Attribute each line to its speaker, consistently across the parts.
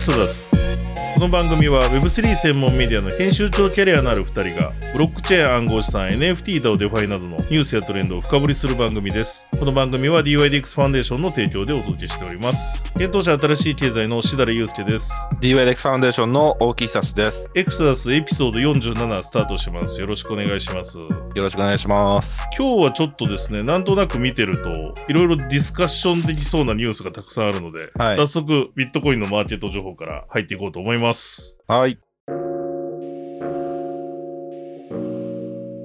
Speaker 1: そうですこの番組は Web3 専門メディアの編集長キャリアのある2人がブロックチェーン暗号資産 NFT だをデファイなどのニュースやトレンドを深掘りする番組ですこの番組は DYDX ファンデーションの提供でお届けしております検討者新しい経済のしだれゆうすけです
Speaker 2: DYDX ファウンデーションの大木久志です。
Speaker 1: エクサダスエピソード47スタートしますよろしくお願いします
Speaker 2: よろしくお願いします。
Speaker 1: 今日はちょっとですね、なんとなく見てると、いろいろディスカッションできそうなニュースがたくさんあるので、
Speaker 2: はい
Speaker 1: 早速ビットコインのマーケット情報から入っていこうと思います。
Speaker 2: はい。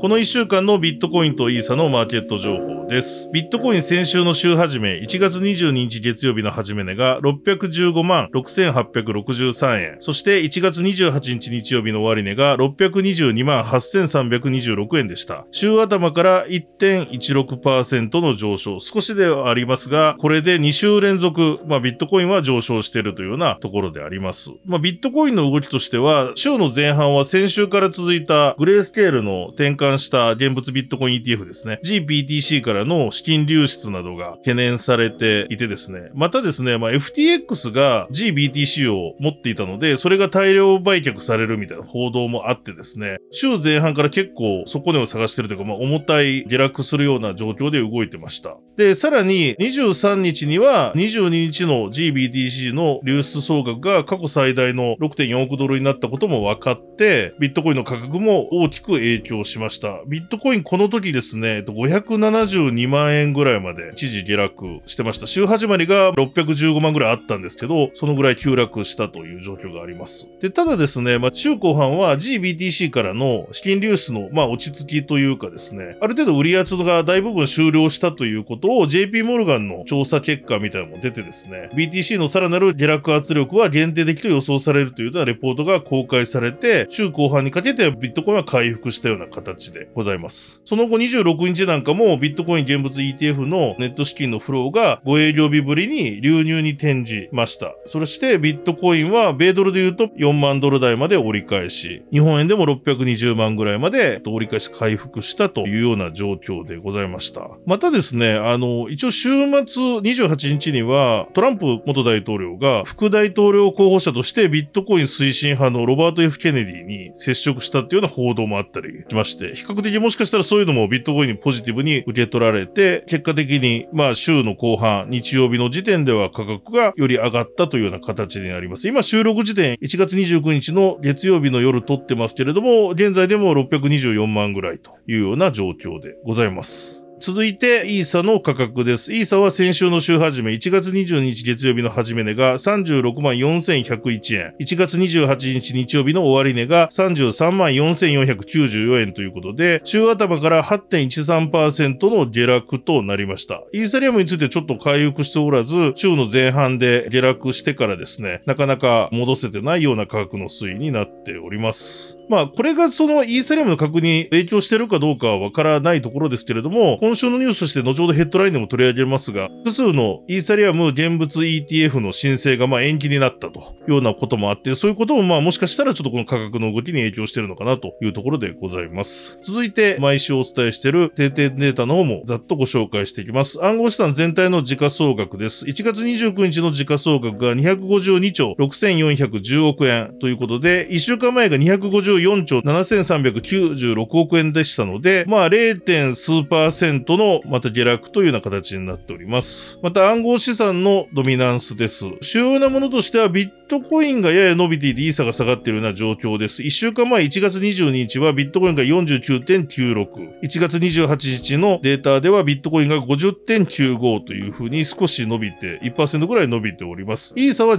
Speaker 1: この1週間のビットコインとイーサのマーケット情報です。ビットコイン先週の週始め、1月22日月曜日の始め値が615万6863円。そして1月28日日曜日の終値が622万8326円でした。週頭から1.16%の上昇。少しではありますが、これで2週連続、まあビットコインは上昇しているというようなところであります。まあビットコインの動きとしては、週の前半は先週から続いたグレースケールの転換した現物ビットコイン ETF ですね。GBTC からの資金流出などが懸念されていてですね。またですね、まあ FTX が GBTC を持っていたので、それが大量売却されるみたいな報道もあってですね、週前半から結構底値を探してるというか、まあ重たい下落するような状況で動いてました。で、さらに23日には22日の GBTC の流出総額が過去最大の6.4億ドルになったことも分かって、ビットコインの価格も大きく影響しました。ビットコインこの時ですね、えっと572万円ぐらいまで一時下落してました。週始まりが615万ぐらいあったんですけど、そのぐらい急落したという状況があります。で、ただですね、まあ、週後半は GBTC からの資金流出の、まあ、落ち着きというかですね、ある程度売り圧が大部分終了したということを JP モルガンの調査結果みたいなのも出てですね、BTC のさらなる下落圧力は限定的と予想されるというようなレポートが公開されて、週後半にかけてビットコインは回復したような形でございます。その後26日なんかもビットコイン現物 ETF のネット資金のフローが5営業日ぶりに流入に転じました。そしてビットコインは米ドルで言うと4万ドル台まで折り返し、日本円でも620万ぐらいまで折り返し回復したというような状況でございました。またですね、あの、一応週末28日にはトランプ元大統領が副大統領候補者としてビットコイン推進派のロバート F ・ケネディに接触したっていうような報道もあったりしまして、比較的もしかしたらそういうのもビットコインにポジティブに受け取られて、結果的にまあ週の後半、日曜日の時点では価格がより上がったというような形になります。今収録時点1月29日の月曜日の夜撮ってますけれども、現在でも624万ぐらいというような状況でございます。続いて、イーサの価格です。イーサは先週の週始め、1月22日月曜日の始め値が36万4101円。1月28日日曜日の終値が33万4494円ということで、週頭から8.13%の下落となりました。イーサリアムについてちょっと回復しておらず、週の前半で下落してからですね、なかなか戻せてないような価格の推移になっております。まあ、これがそのイーサリアムの価格に影響してるかどうかはわからないところですけれども、今週のニュースとして後ほどヘッドラインでも取り上げますが、複数のイーサリアム現物 ETF の申請がまあ延期になったというようなこともあって、そういうこともまあもしかしたらちょっとこの価格の動きに影響してるのかなというところでございます。続いて、毎週お伝えしている定点データの方もざっとご紹介していきます。暗号資産全体の時価総額です。1月29日の時価総額が252兆6410億円ということで、1週間前が254兆7396億円でしたので、まあ 0. 数パーセントのまた下落というような形になっております。また暗号資産のドミナンスです。主要なものとしてはビットコインがやや伸びていてイーサが下がっているような状況です。1週間前1月22日はビットコインが49.96。1月28日のデータではビットコインが50.95というふうに少し伸びて、1%ぐらい伸びております。イーサは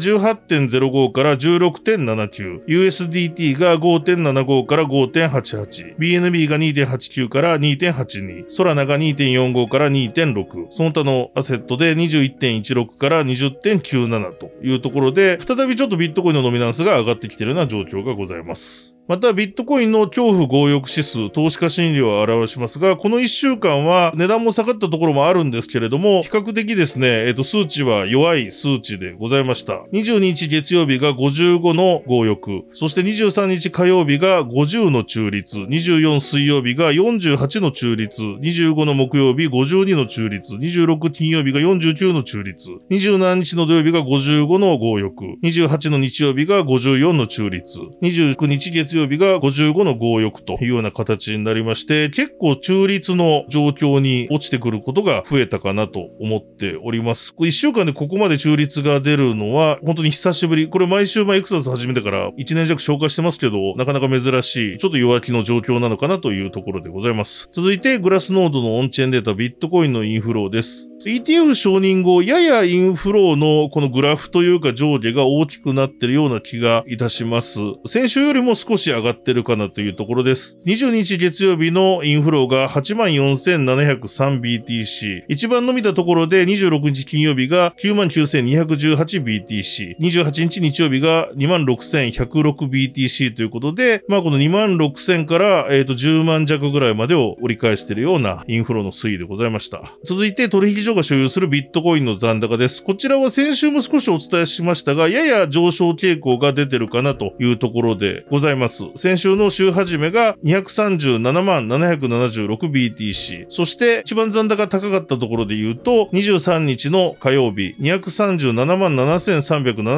Speaker 1: 18.05から16.79。USDT が5.75から5.88。BNB が2.89から2.82。ソラナが2.45から2.6。その他のアセットで21.16から20.97というところで、再びちょっとビットコインのノミナンスが上がってきているような状況がございます。また、ビットコインの恐怖強欲指数、投資家心理を表しますが、この1週間は値段も下がったところもあるんですけれども、比較的ですね、えっと、数値は弱い数値でございました。22日月曜日が55の強欲、そして23日火曜日が50の中立、24水曜日が48の中立、25の木曜日52の中立、26金曜日が49の中立、27日の土曜日が55の強欲、28の日曜日が54の中立、29日月曜日が55の強欲というような形になりまして、結構中立の状況に落ちてくることが増えたかなと思っております。これ1週間でここまで中立が出るのは本当に久しぶり。これ毎週前エクサス始めてから1年弱紹介してますけど、なかなか珍しい、ちょっと弱気の状況なのかなというところでございます。続いてグラスノードのオンチェーンデータビットコインのインフローです。ETF 承認後、ややインフローのこのグラフというか上下が大きくなってるような気がいたします。先週よりも少し上がってるかなというところです。22日月曜日のインフローが 84,703BTC。一番伸びたところで26日金曜日が 99,218BTC。28日日曜日が 26,106BTC ということで、まあこの26,000から、えー、と10万弱ぐらいまでを折り返しているようなインフローの推移でございました。続いて取引所が所有するビットコインの残高です。こちらは先週も少しお伝えしましたが、やや上昇傾向が出てるかなというところでございます。先週の週始めが237万 776BTC。そして一番残高高かったところで言うと、23日の火曜日、237万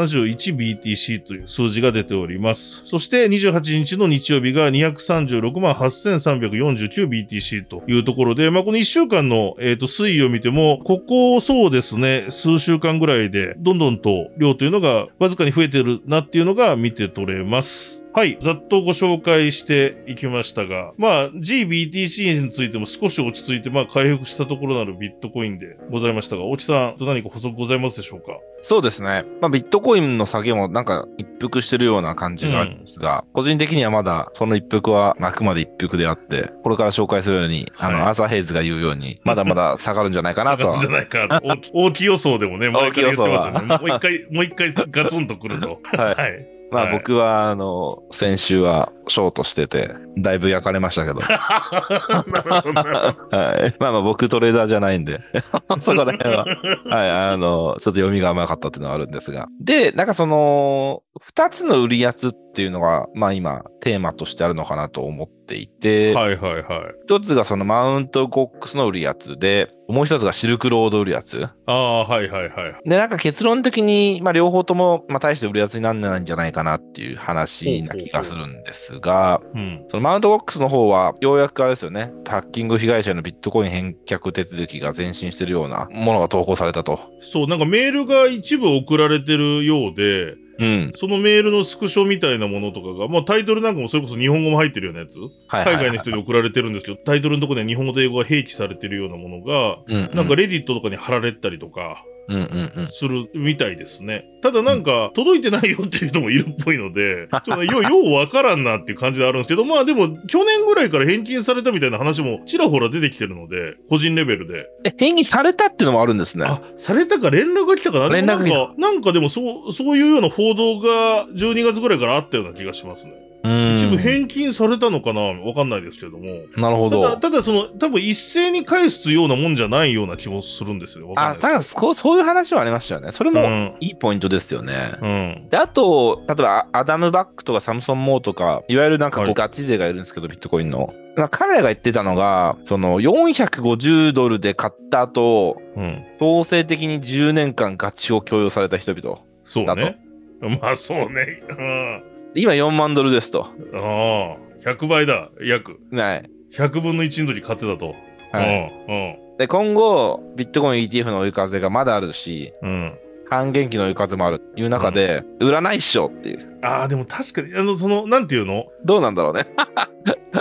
Speaker 1: 7371BTC という数字が出ております。そして28日の日曜日が236万 8349BTC というところで、まあ、この1週間の、えー、と推移を見ても、ここそうですね、数週間ぐらいで、どんどんと量というのがわずかに増えてるなっていうのが見て取れます。はい。ざっとご紹介していきましたが、まあ、GBTC についても少し落ち着いて、まあ、回復したところなるビットコインでございましたが、大木さん、何か補足ございますでしょうか
Speaker 2: そうですね。まあ、ビットコインの下げもなんか一服してるような感じがあるんですが、個人的にはまだその一服はあくまで一服であって、これから紹介するように、あ
Speaker 1: はい
Speaker 2: の、アーサーヘイズが言うよ うに、まだまだ下がるんじゃないかなと
Speaker 1: 下がるん
Speaker 2: は
Speaker 1: じゃないか。 大き大きい予想でもね、前から言ってますよね。
Speaker 2: 大
Speaker 1: もう一回、もう一回ガツンとくると。
Speaker 2: はい
Speaker 1: はい。
Speaker 2: ま
Speaker 1: は
Speaker 2: あ
Speaker 1: い
Speaker 2: 僕は、あの、先週はショートしてて、だいぶ焼かれましたけど。はい。
Speaker 1: なるほどなるほど。
Speaker 2: まあまあ僕トレーダーじゃないんで、 そこら辺は、はい、あの、ちょっと読みが甘かったっていうのはあるんですが。で、なんかその、二つの売りやつっていうのが、まあ今、テーマとしてあるのかなと思っていて、
Speaker 1: はいはいはい。
Speaker 2: 一つがそのマウントコックスの売りやつで、もう一つがシルクロード売りやつ。
Speaker 1: ああ、はいはいはい。
Speaker 2: で、なんか結論的に、まあ両方とも、まあ大して売りやつになんないんじゃないかなっていう話な気がするんですが、
Speaker 1: うん。
Speaker 2: そのマウントボックスの方は、ようやくあれですよね、ハッキング被害者へのビットコイン返却手続きが前進してるようなものが投稿されたと。
Speaker 1: そう、なんかメールが一部送られてるようで、
Speaker 2: うん。
Speaker 1: そのメールのスクショみたいなものとかが、まあタイトルなんかもそれこそ日本語も入ってるようなやつ、
Speaker 2: はいはい
Speaker 1: 海
Speaker 2: は
Speaker 1: 外
Speaker 2: い、
Speaker 1: の人に送られてるんですけど、タイトルのとこには日本語と英語が併記されてるようなものが、
Speaker 2: うんうん、
Speaker 1: なんかレディットとかに貼られたりとか
Speaker 2: うんうんうん。
Speaker 1: するみたいですね。ただなんか届いてないよっていう人もいるっぽいので、ちょっとよ、ようわからんなっていう感じであるんですけ ど、まあでも去年ぐらいから返金されたみたいな話もちらほら出てきてるので、個人レベルで。
Speaker 2: え、返金されたっていうのもあるんですね。
Speaker 1: あ、されたか連絡が来たかな。
Speaker 2: 連絡
Speaker 1: でもなんか、なんかでもそう、そういうような報道が12月ぐらいからあったような気がしますね。
Speaker 2: うん
Speaker 1: 一部返金されたのかなわかんないですけども。
Speaker 2: なるほ
Speaker 1: ただ、
Speaker 2: ど。
Speaker 1: ただその、多分一斉に返すようなもんじゃないような気もするんですよ。わかん
Speaker 2: あ、
Speaker 1: ない
Speaker 2: ただそう、そういう話はありましたよね。それも
Speaker 1: です
Speaker 2: いいポイントですよね。
Speaker 1: うん。うん。
Speaker 2: であと、例えばアアダム・バックとかサムソン・モーとか、いわゆるなんかこ
Speaker 1: はいう
Speaker 2: ガチ勢がいるんですけど、ビットコインの。まあ彼らが言ってたのが、その450ドルで買った後、
Speaker 1: うん。
Speaker 2: 強制的に10年間ガチを強要された人々。
Speaker 1: そう
Speaker 2: だ
Speaker 1: ね。 まあそうね。うん。
Speaker 2: で今4万ドルですと。
Speaker 1: ああ。100倍だ。約。
Speaker 2: はい。
Speaker 1: 100分の1の時買ってたと。
Speaker 2: はい、
Speaker 1: うん。
Speaker 2: で、今後、ビットコイン ETF の追い風がまだあるし、
Speaker 1: うん。うん。
Speaker 2: 半減期の追い風もあるという中で、売らないっしょっていう。
Speaker 1: ああ、でも確かに、あの、その、なんていうの
Speaker 2: どうなんだろうね。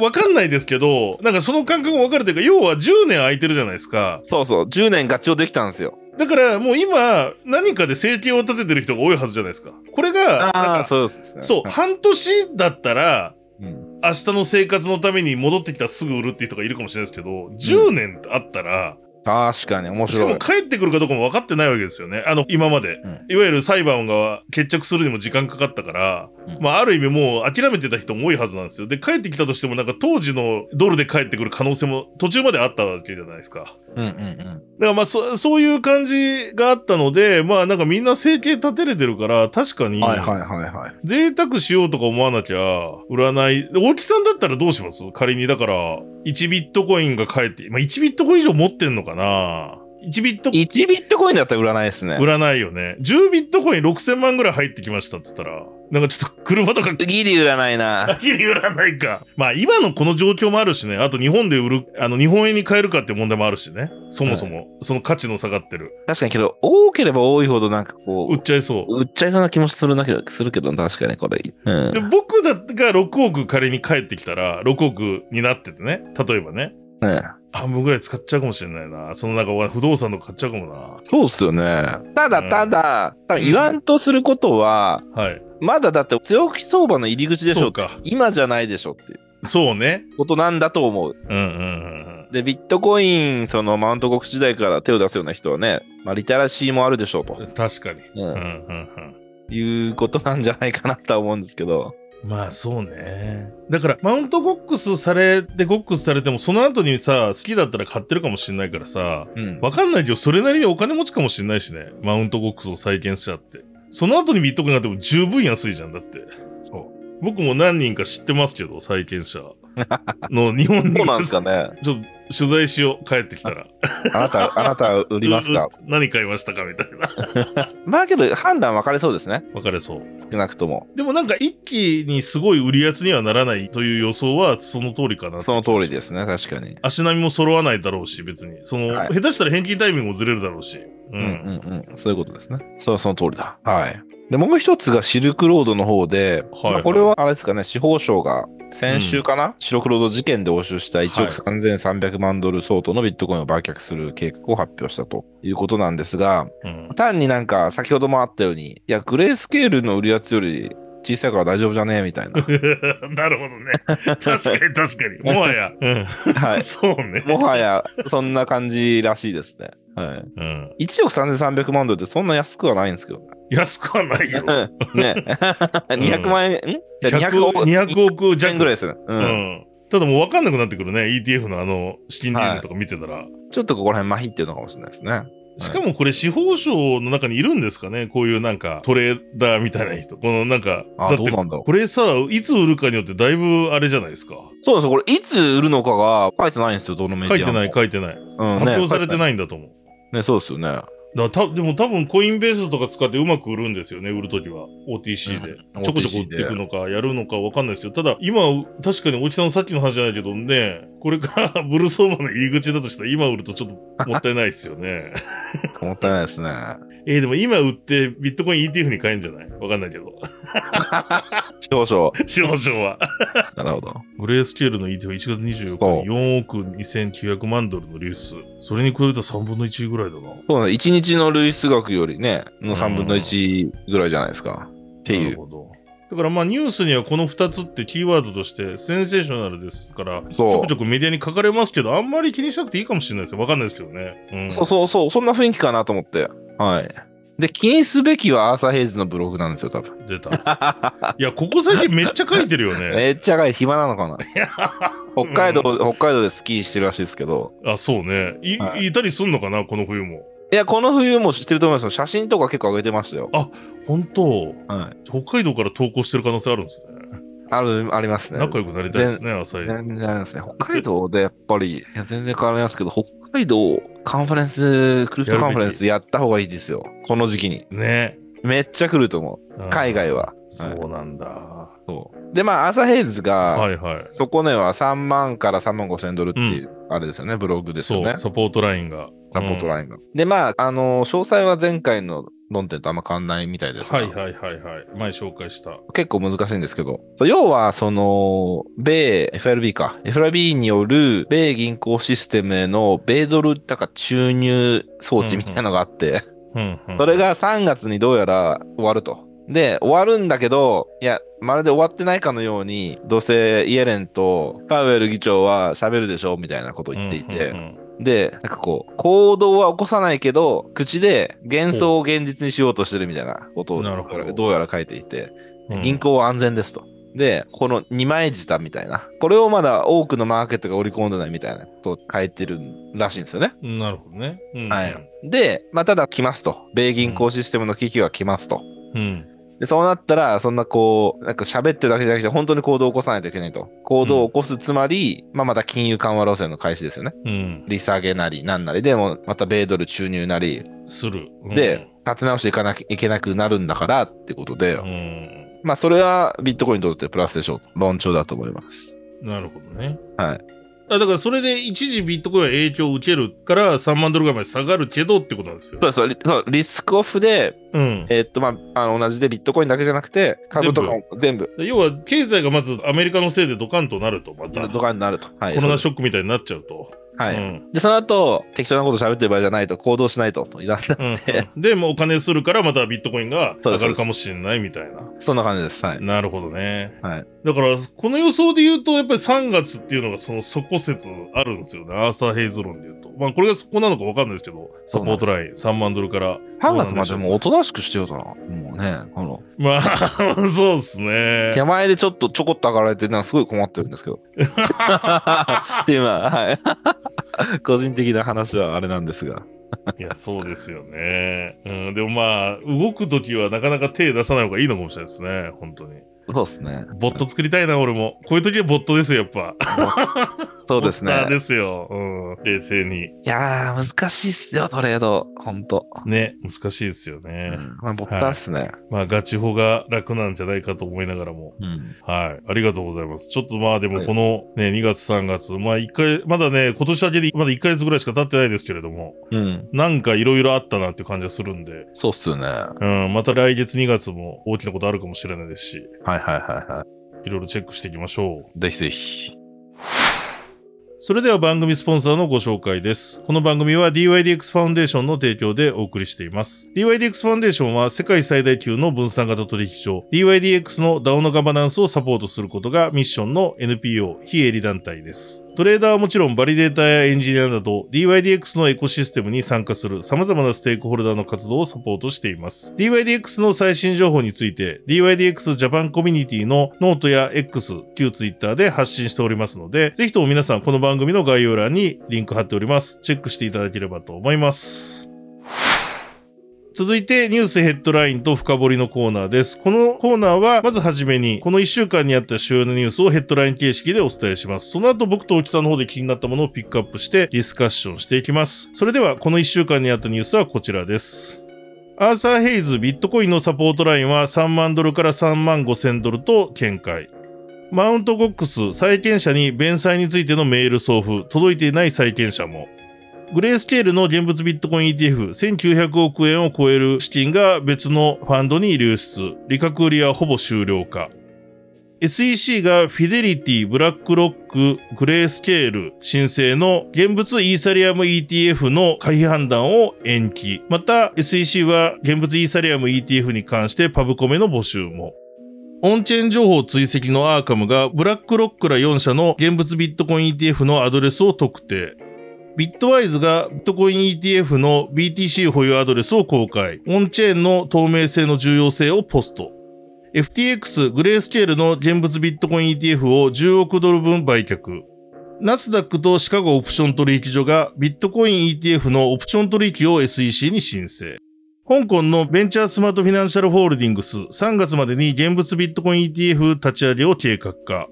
Speaker 1: わかんないですけど、なんかその感覚もわかるというか、要は10年空いてるじゃないですか。
Speaker 2: そうそう、10年ガチをできたんですよ。
Speaker 1: だからもう今、何かで生計を立ててる人が多いはずじゃないですか。これが、なん
Speaker 2: ああー、
Speaker 1: か
Speaker 2: そうですね。
Speaker 1: そう、半年だったら、
Speaker 2: うん。
Speaker 1: 明日の生活のために戻ってきたらすぐ売るっていう人がいるかもしれないですけど、10年あったら、
Speaker 2: 確かに面
Speaker 1: しか
Speaker 2: 白
Speaker 1: も
Speaker 2: い。
Speaker 1: 帰ってくるかどうかも分かってないわけですよね。あの、今まで。
Speaker 2: うん
Speaker 1: いわゆる裁判が決着するにも時間かかったから、
Speaker 2: うん
Speaker 1: まあ、ある意味もう諦めてた人も多いはずなんですよ。で、帰ってきたとしてもなんか当時のドルで帰ってくる可能性も途中まであったわけじゃないですか。
Speaker 2: うんうんうん。
Speaker 1: だからまあ、そそういう感じがあったので、まあなんかみんな生計立てれてるから、確かに、
Speaker 2: はいはいはいはい。
Speaker 1: 贅沢しようとか思わなきゃ、売らない。で大木さんだったらどうします仮に、だから、1ビットコインが返って、まあ、1ビットコイン以上持ってんのかな ?1 ビットコイン
Speaker 2: 1ビットコインだったら売らないですね
Speaker 1: 売。らないよね。10ビットコイン6000万ぐらい入ってきましたっつったら、なんかちょっと車とか、
Speaker 2: ギリ売らないな。
Speaker 1: ギリ売らないか。まあ今のこの状況もあるしね、あと日本で売る、あの日本円に変えるかって問題もあるしね。そもそも、その価値の下がってる。
Speaker 2: 確かにけど、多ければ多いほどなんか
Speaker 1: 売
Speaker 2: こ
Speaker 1: っちゃいそう
Speaker 2: う、。売っちゃいそうな気もするなけど、するけど、確かにこれ。うん
Speaker 1: で。僕だが6億仮に帰ってきたら、6億になっててね、例えばね、
Speaker 2: うん
Speaker 1: 半分ぐらい使っちゃうかもしれないな。そのなんか俺不動産とか買っちゃうかもな。
Speaker 2: そうっすよね。ただただ、多分言わんとすることは、
Speaker 1: はい。
Speaker 2: まだだって強気相場の入り口でし
Speaker 1: そ
Speaker 2: ょ
Speaker 1: う。か。
Speaker 2: 今じゃないでしょっていう
Speaker 1: そうね。
Speaker 2: ことなんだと思う。
Speaker 1: うんうんうん
Speaker 2: で、ビットコイン、そのマウント国時代から手を出すような人はね、まあ、リテラシーもあるでしょうと
Speaker 1: う、ん。確かに。
Speaker 2: う
Speaker 1: うん
Speaker 2: ん
Speaker 1: うんうん。
Speaker 2: いうことなんじゃないかなとは思うんですけど。
Speaker 1: まあそうね。だからマウントゴックスされてゴックスされてもその後にさ好きだったら買ってるかもしれないからさ
Speaker 2: うん。
Speaker 1: わかんないけどそれなりにお金持ちかもしれないしねマウントゴックスを再建しちゃってその後にビットコインがあっても十分安いじゃんだって
Speaker 2: そう。
Speaker 1: 僕も何人か知ってますけど再建者の日本に
Speaker 2: そうなんですかね。
Speaker 1: ちょっと取材しよう帰ってきたら
Speaker 2: あな た、あなた売ります
Speaker 1: う
Speaker 2: か
Speaker 1: う何買いましたかみたいな
Speaker 2: まあけど判断分かれそうですね。
Speaker 1: 分かれそう
Speaker 2: 少なくとも。
Speaker 1: でもなんか一気にすごい売りやつにはならないという予想はその通りかな
Speaker 2: その通りですね、確かに。
Speaker 1: 足並みも揃わないだろうし、別に。その、
Speaker 2: はい
Speaker 1: 下手したら返金タイミングもずれるだろうし。う。
Speaker 2: うんんうんうん。そういうことですね。そう、その通りだ。はい。で、もう一つがシルクロードの方で、
Speaker 1: はい
Speaker 2: まあこれはあれですかね、司法省が先週かな、シルクロード事件で押収した1
Speaker 1: はい
Speaker 2: 億3300万ドル相当のビットコインを売却する計画を発表したということなんですが、
Speaker 1: うん
Speaker 2: 単になんか先ほどもあったように、いや、グレースケールの売り圧より小さいから大丈夫じゃねえみたい な。
Speaker 1: なるほど ね。確かに確かに。もはや。うん。
Speaker 2: はい。
Speaker 1: そうね。
Speaker 2: もはや、そんな感じらしいですね。はい。
Speaker 1: うん。
Speaker 2: 1億3300万ドルってそんな安くはないんですけどね。
Speaker 1: 安くはないよ。
Speaker 2: ね。200万円、んじゃあ
Speaker 1: 100 200億
Speaker 2: 100円
Speaker 1: 弱
Speaker 2: ぐらいですね。
Speaker 1: う
Speaker 2: う。
Speaker 1: んん。ただもう分かんなくなってくるね。ETF のあの、資金流入とか見てたら。
Speaker 2: ちょっとここら辺麻痺っていうのかもしれないですね。
Speaker 1: しかもこれ、司法省の中にいるんですかねこういうなんか、トレーダーみたいな人。このなんか、
Speaker 2: あ、どう
Speaker 1: て、
Speaker 2: なんだろう。
Speaker 1: これさ、いつ売るかによってだいぶあれじゃないですか。
Speaker 2: そうです。これ、いつ売るのかが書いてないんですよ、どのメデ
Speaker 1: 書
Speaker 2: ィア
Speaker 1: いてない、
Speaker 2: い
Speaker 1: 書いてない。
Speaker 2: てない。うん、
Speaker 1: 発表されて
Speaker 2: い。
Speaker 1: ないんだと思う。
Speaker 2: ね、そうですよね。
Speaker 1: だからたでも多分コインベースとか使ってうまく売るんですよね、売るときは。OTC で。
Speaker 2: うん
Speaker 1: ちょこちょこ売っていくのか、やるのかわかんないですけど、ただ今、確かにおじさんのさっきの話じゃないけどね、これから ブルー相場の入り口だとしたら今売るとちょっともったいないですよね。
Speaker 2: もったいないですね。
Speaker 1: えー、でも今売ってビットコイン ETF に買えんじゃないわかんないけど。
Speaker 2: 少々。
Speaker 1: 司法省は。
Speaker 2: なるほど。
Speaker 1: グレースケールの ETF1 月24
Speaker 2: そう
Speaker 1: 日に4億2900万ドルの流出。それに比べたら3分の1ぐらいだな。っ
Speaker 2: そうね、1日の類出額よりね、の3分の1ぐらいじゃないですか。って
Speaker 1: な
Speaker 2: いう
Speaker 1: る。ほど。だからまあニュースにはこの2つってキーワードとしてセンセーショナルですから、ちょ
Speaker 2: そ
Speaker 1: くちょくメディアに書かれますけど、あんまり気にしなくていいかもしれないですよ。わかんないですけどね。うん、
Speaker 2: う。そうそうそう、そんな雰囲気かなと思って。はい。で、気にすべきはアーサー・ヘイズのブログなんですよ、多分。
Speaker 1: 出た。いや、ここ最近めっちゃ書いてる よね。
Speaker 2: めっちゃかい、暇なの かな。北海道、北海道でスキーしてるらしいですけど。
Speaker 1: あ、そうね。い、
Speaker 2: はい
Speaker 1: い、たりすんのかな、この冬も。
Speaker 2: いや、この冬もしてると思いますよ。写真とか結構上げてましたよ。
Speaker 1: 本当
Speaker 2: はい。
Speaker 1: 北海道から投稿してる可能性あるんですね。
Speaker 2: ある、ありますね。
Speaker 1: 仲良くなりたいですね、浅井さん。
Speaker 2: 全然ありますね。北海道でやっぱり、いや全然変わりますけど、北海道カンファレンス、クリプトカンファレンスやった方がいいですよ。この時期に。
Speaker 1: ね。
Speaker 2: めっちゃ来ると思
Speaker 1: うん
Speaker 2: う。海外は。
Speaker 1: そうなんだ。は
Speaker 2: そう。で、まあ、アサヘイズが、
Speaker 1: いはい。
Speaker 2: そこねは3万から3万5千ドルっていう、あれですよね、ブログですよ
Speaker 1: そ
Speaker 2: ね
Speaker 1: う、。サポートラインが。
Speaker 2: ラポートラインが。で、まあ、あの、詳細は前回の論点とあんま変わんないみたいですが、
Speaker 1: はいはいはいはい。前紹介した。
Speaker 2: 結構難しいんですけど、そう要は、その、米、FRB か、FRB による米銀行システムへの米ドル高注入装置みたいなのがあって、
Speaker 1: うんうん
Speaker 2: それが3月にどうやら終わると。で、終わるんだけど、いや、まるで終わってないかのように、どうせイエレンとパウエル議長は喋るでしょうみたいなことを言っていて、
Speaker 1: うんうんうん
Speaker 2: で、なんかこう、行動は起こさないけど、口で幻想を現実にしようとしてるみたいなことを
Speaker 1: なるほど
Speaker 2: どうやら書いていて、
Speaker 1: うん
Speaker 2: 銀行は安全ですと。で、この二枚舌みたいな、これをまだ多くのマーケットが織り込んでないみたいなことを書いてるらしいんですよね。
Speaker 1: なるほどね。うん
Speaker 2: はい。。で、まあ、ただ来ますと。米銀行システムの危機は来ますと。
Speaker 1: うん。
Speaker 2: で、そうなったら、そんなこう、なんか喋ってるだけじゃなくて、本当に行動を起こさないといけないと。行動を起こす、つまり、まあ、また金融緩和路線の開始ですよね。
Speaker 1: うん。
Speaker 2: 利下げなり、なんなり、でも、また米ドル注入なり、
Speaker 1: する。うん
Speaker 2: で、、立て直していかなきゃいけなくなるんだから、ってことで、
Speaker 1: うん。
Speaker 2: まあ、それはビットコインにとってプラスでしょうと。論調だと思います。
Speaker 1: なるほどね。
Speaker 2: はい。
Speaker 1: あだからそれで一時ビットコインは影響を受けるから3万ドルぐらいまで下がるけどってことなんですよ
Speaker 2: そ。うそうリそう、リスクオフで、
Speaker 1: うん。
Speaker 2: えーっと、まあ、あの同じでビットコインだけじゃなくて、株とかも全部、
Speaker 1: 要は経済がまずアメリカのせいでドカンとなると、また。
Speaker 2: ドカンになると。はい。
Speaker 1: コロナシ
Speaker 2: ョ
Speaker 1: ョックみたいになっちゃうと。
Speaker 2: はい。
Speaker 1: うん
Speaker 2: で、その後、適当なこと喋ってる場合じゃないと、行動しないと、 いらん
Speaker 1: うんで、もうお金するからまたビットコインが
Speaker 2: そ
Speaker 1: 上
Speaker 2: うです
Speaker 1: がるかもしれないみたいな。
Speaker 2: そんな感じです。はい。
Speaker 1: なるほどね。
Speaker 2: はい。
Speaker 1: だから、この予想で言うと、やっぱり3月っていうのがその底説あるんですよね。アーサー・ヘイズ論で言うと。まあ、これがそこなのかわかんないですけど、サポートライン3万ドルから。
Speaker 2: 3月まで
Speaker 1: う。
Speaker 2: もうおとなしくしてようとな。もうね、この、
Speaker 1: まあ、 そうですね。
Speaker 2: 手前でちょっとちょこっと上がられて、なんかすごい困ってるん ですけど。っていう、まあ、はい。 個人的な話はあれなんですが。
Speaker 1: いや、そうですよね。うん、でもまあ、動くときはなかなか手出さない方がいいのかもしれないですね。本当に。
Speaker 2: そうですね。
Speaker 1: ボット作りたいな、俺も。こういうときはボットですよ、やっぱ。
Speaker 2: そうです
Speaker 1: ボッター
Speaker 2: ね。
Speaker 1: ですよ。うん、冷静に。
Speaker 2: いやー、難しいっすよ、トレード。ほんと。
Speaker 1: ね、難しいですよ
Speaker 2: う
Speaker 1: ね。
Speaker 2: ん、まあ、ボッターっすね。
Speaker 1: まあ、ガチ法が楽なんじゃないかと思いながらも。
Speaker 2: うん。
Speaker 1: はい。ありがとうございます。ちょっとまあで
Speaker 2: は
Speaker 1: も
Speaker 2: い
Speaker 1: このね、2月3月、まあ一回、まだね、今年だけでまだ1ヶ月ぐらいしか経ってないですけれども、
Speaker 2: うん。
Speaker 1: なんかいろいろあったなっていう感じがするんで、
Speaker 2: そうっすよね。は
Speaker 1: うん、また来月2月も大きなことあるかもしれないですし、
Speaker 2: いはいはいはい
Speaker 1: ろいろチェックしていきましょう。
Speaker 2: い。ぜひぜひ。
Speaker 1: それでは番組スポンサーのご紹介です。この番組は DYDX ファウンデーションの提供でお送りしています。DYDX ファウンデーションは世界最大級の分散型取引所 DYDX の DAO のガバナンスをサポートすることがミッションの NPO 非営利団体です。トレーダーはもちろんバリデーターやエンジニアなど DYDX のエコシステムに参加する様々なステークホルダーの活動をサポートしています。DYDX の最新情報について DYDX ジャパンコミュニティのノートや X、旧 Twitter で発信しておりますので、ぜひとも皆さんこの番組の概要欄にリンク貼っております。チェックしていただければと思います。続いてニュースヘッドラインと深掘りのコーナーです。このコーナーは、まずはじめに、この1週間にあった主要なニュースをヘッドライン形式でお伝えします。その後僕と大木さんの方で気になったものをピックアップしてディスカッションしていきます。それでは、この1週間にあったニュースはこちらです。アーサー・ヘイズビットコインのサポートラインは3万ドルから3万5千ドルと見解。マウントゴックス債権者に弁済についてのメール送付、届いていない債権者も。グレースケールの現物ビットコイン ETF1900 億円を超える資金が別のファンドに流出。利確売りはほぼ終了化。SEC がフィデリティ、ブラックロック、グレースケール申請の現物イーサリアム ETF の可否判断を延期。また SEC は現物イーサリアム ETF に関してパブコメの募集も。オンチェーン情報追跡のアーカムがブラックロックら4社の現物ビットコイン ETF のアドレスを特定。ビットワイズがビットコイン ETF の BTC 保有アドレスを公開。オンチェーンの透明性の重要性をポスト。FTX グレースケールの現物ビットコイン ETF を10億ドル分売却。ナスダックとシカゴオプション取引所がビットコイン ETF のオプション取引を SEC に申請。香港のベンチャースマートフィナンシャルホールディングス3月までに現物ビットコイン ETF 立ち上げを計画化。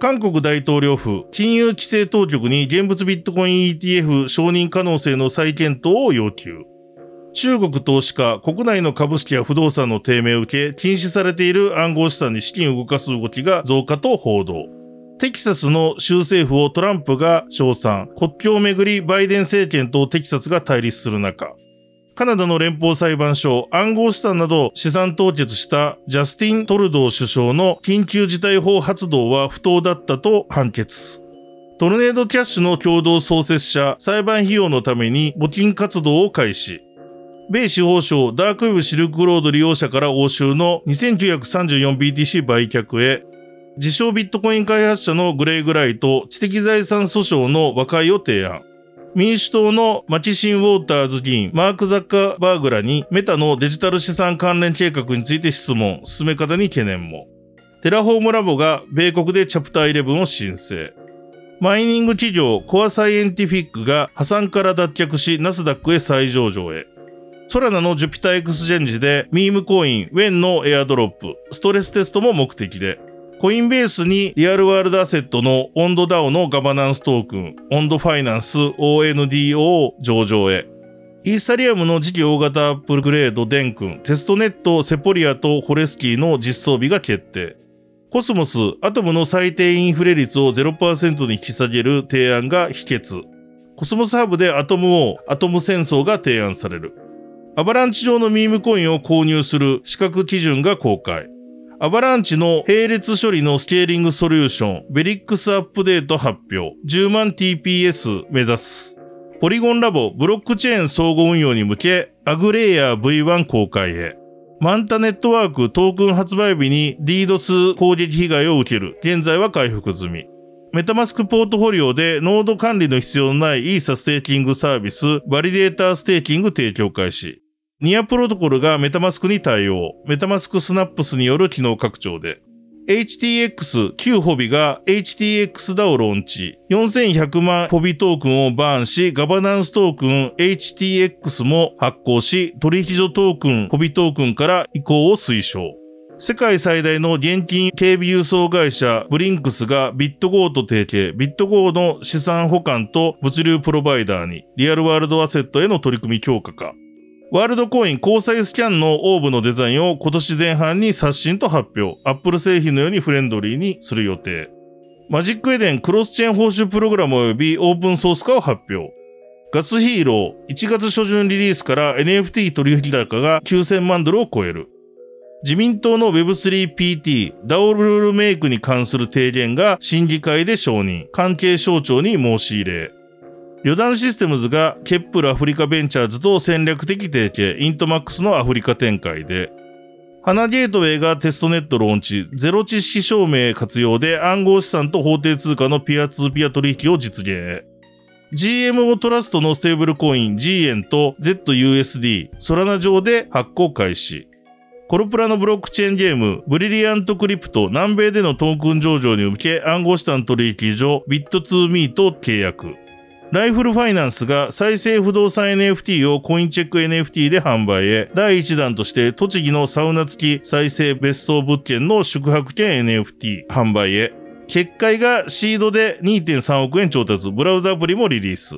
Speaker 1: 韓国大統領府、金融規制当局に現物ビットコイン ETF 承認可能性の再検討を要求。中国投資家、国内の株式や不動産の低迷を受け、禁止されている暗号資産に資金を動かす動きが増加と報道。テキサスの州政府をトランプが称賛。国境をめぐりバイデン政権とテキサスが対立する中、カナダの連邦裁判所、暗号資産など資産凍結したジャスティン・トルドー首相の緊急事態法発動は不当だったと判決。トルネードキャッシュの共同創設者、裁判費用のために募金活動を開始。米司法省ダークウェブシルクロード利用者から押収の 2934BTC 売却へ、自称ビットコイン開発者のグレイグライと知的財産訴訟の和解を提案。民主党のマキシン・ウォーターズ議員、マーク・ザッカーバーグらに、メタのデジタル資産関連計画について質問、進め方に懸念も。テラフォームラボが米国でチャプター11を申請。マイニング企業コアサイエンティフィックが破産から脱却しナスダックへ再上場へ。ソラナのジュピターエクスチェンジでミームコイン、ウェンのエアドロップ、ストレステストも目的で。コインベースにリアルワールドアセットのオンド DAO のガバナンストークン、オンドファイナンス ONDO を上場へ。イーサリアムの次期大型アップルグレードデン君、テストネットセポリアとホレスキーの実装日が決定。コスモス、アトムの最低インフレ率を0%に引き下げる提案が否決。コスモスハブでアトムをアトム戦争が提案される。アバランチ上のミームコインを購入する資格基準が公開。アバランチの並列処理のスケーリングソリューション、ベリックスアップデート発表、10万 TPS 目指す。ポリゴンラボブロックチェーン総合運用に向け、アグレイヤー V1 公開へ。マンタネットワークトークン発売日に DDoS 攻撃被害を受ける。現在は回復済み。メタマスクポートフォリオでノード管理の必要のないイーサステーキングサービス、バリデーターステーキング提供開始。ニアプロトコルがメタマスクに対応。メタマスクスナップスによる機能拡張で。HTX、旧ホビが HTX ダをローンチ。4100万ホビトークンをバーンし、ガバナンストークン HTX も発行し、取引所トークン、ホビトークンから移行を推奨。世界最大の現金警備輸送会社ブリンクスがビット GO と提携、ビット GO の資産保管と物流プロバイダーに、リアルワールドアセットへの取り組み強化か。ワールドコイン交際スキャンのオーブのデザインを今年前半に刷新と発表。Apple 製品のようにフレンドリーにする予定。マジックエデンクロスチェーン報酬プログラム及びオープンソース化を発表。ガスヒーロー1月初旬リリースから NFT 取引高が9000万ドルを超える。自民党の Web3PT、DAO ルールメイクに関する提言が審議会で承認、関係省庁に申し入れ。旅団システムズがケップルアフリカベンチャーズと戦略的提携イントマックスのアフリカ展開で、花ゲートウェイがテストネットローンチ、ゼロ知識証明活用で暗号資産と法定通貨のピアツーピア取引を実現。GMO トラストのステーブルコイン G 円と ZUSD、ソラナ上で発行開始。コロプラのブロックチェーンゲーム、ブリリアントクリプト南米でのトークン上場に向け暗号資産取引所ビット2ミーと契約。ライフルファイナンスが再生不動産 NFT をコインチェック NFT で販売へ、第1弾として栃木のサウナ付き再生別荘物件の宿泊券 NFT 販売へ、結界がシードで2.3億円調達、ブラウザアプリもリリース。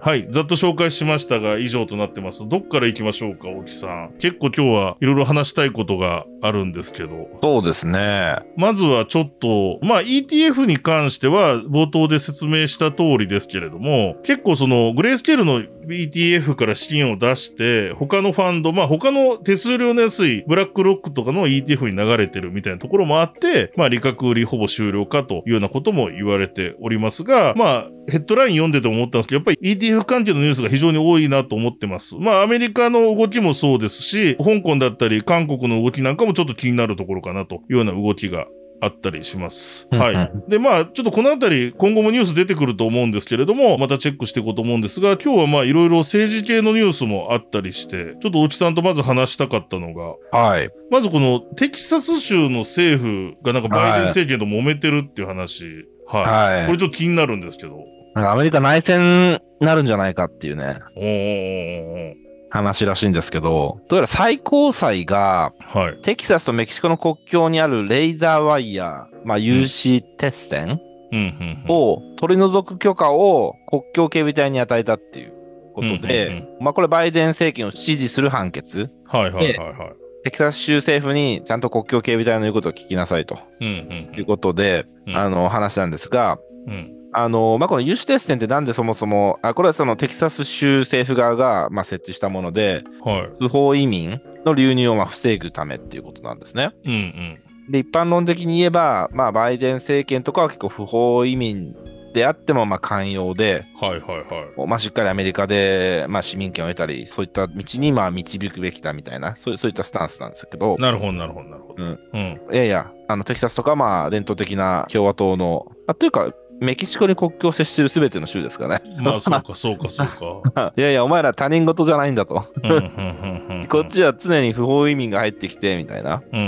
Speaker 1: はい、ざっと紹介しましたが以上となってます。どっから行きましょうか、大木さん。結構今日はいろいろ話したいことがあるんですけど。
Speaker 2: そうですね。
Speaker 1: まずはちょっと、まあ ETF に関しては冒頭で説明した通りですけれども、結構そのグレースケールの ETF から資金を出して、他のファンド、まあ他の手数料の安いブラックロックとかの ETF に流れてるみたいなところもあって、まあ利確売りほぼ終了かというようなことも言われておりますが、まあヘッドライン読んでて思ったんですけど、やっぱり ETF 関係のニュースが非常に多いなと思ってます。まあアメリカの動きもそうですし、香港だったり韓国の動きなんかもちょっと気になるところかなというような動きがあったりします。
Speaker 2: うんうん
Speaker 1: はい。で、まあ、ちょっとこのあたり、今後もニュース出てくると思うんですけれども、またチェックしていこうと思うんですが、今日はまあ、いろいろ政治系のニュースもあったりして、ちょっと大木さんとまず話したかったのが、
Speaker 2: はい。
Speaker 1: まずこのテキサス州の政府がなんかバイデン政権と揉めてるっていう話。はい。
Speaker 2: はい
Speaker 1: これちょっと気になるんですけど。
Speaker 2: なんかアメリカ内戦になるんじゃないかっていうね、
Speaker 1: おーおーおー
Speaker 2: 話らしいんですけど、どうやら最高裁が、
Speaker 1: おーはい。
Speaker 2: テキサスとメキシコの国境にあるレイザーワイヤー、まあ、UC 鉄線
Speaker 1: うん、うんうん。
Speaker 2: を取り除く許可を国境警備隊に与えたっていうこと
Speaker 1: うんう
Speaker 2: で、まあ、これバイデン政権を支持する判決。
Speaker 1: はいはいはいはい。
Speaker 2: テキサス州政府にちゃんと国境警備隊の言うことを聞きなさいと
Speaker 1: うん
Speaker 2: いうことで、
Speaker 1: うん
Speaker 2: あの、話なんですが、
Speaker 1: うんうん。
Speaker 2: あのまあ、この有刺鉄線ってなんでそもそもあこれはそのテキサス州政府側が、まあ、設置したもので
Speaker 1: はい。
Speaker 2: 不法移民の流入をまあ防ぐためっていうことなんですね。
Speaker 1: うんうん。
Speaker 2: で一般論的に言えば、まあ、バイデン政権とかは結構不法移民であってもまあ寛容で、
Speaker 1: はいはいはい。
Speaker 2: まあ、しっかりアメリカでまあ市民権を得たりそういった道にまあ導くべきだみたいなそういうそういったスタンスなんですけど
Speaker 1: なるほどなるほどなるほど。
Speaker 2: うん
Speaker 1: うん。
Speaker 2: いやいやあのテキサスとかまあ伝統的な共和党のあというかメキシコに国境を接してるすべての州ですかね。
Speaker 1: まあ、そうか、そうか、そうか。
Speaker 2: いやいや、お前ら他人事じゃないんだと。
Speaker 1: うんうんうんうんうん
Speaker 2: こっちは常に不法移民が入ってきて、みたいな。
Speaker 1: うんうん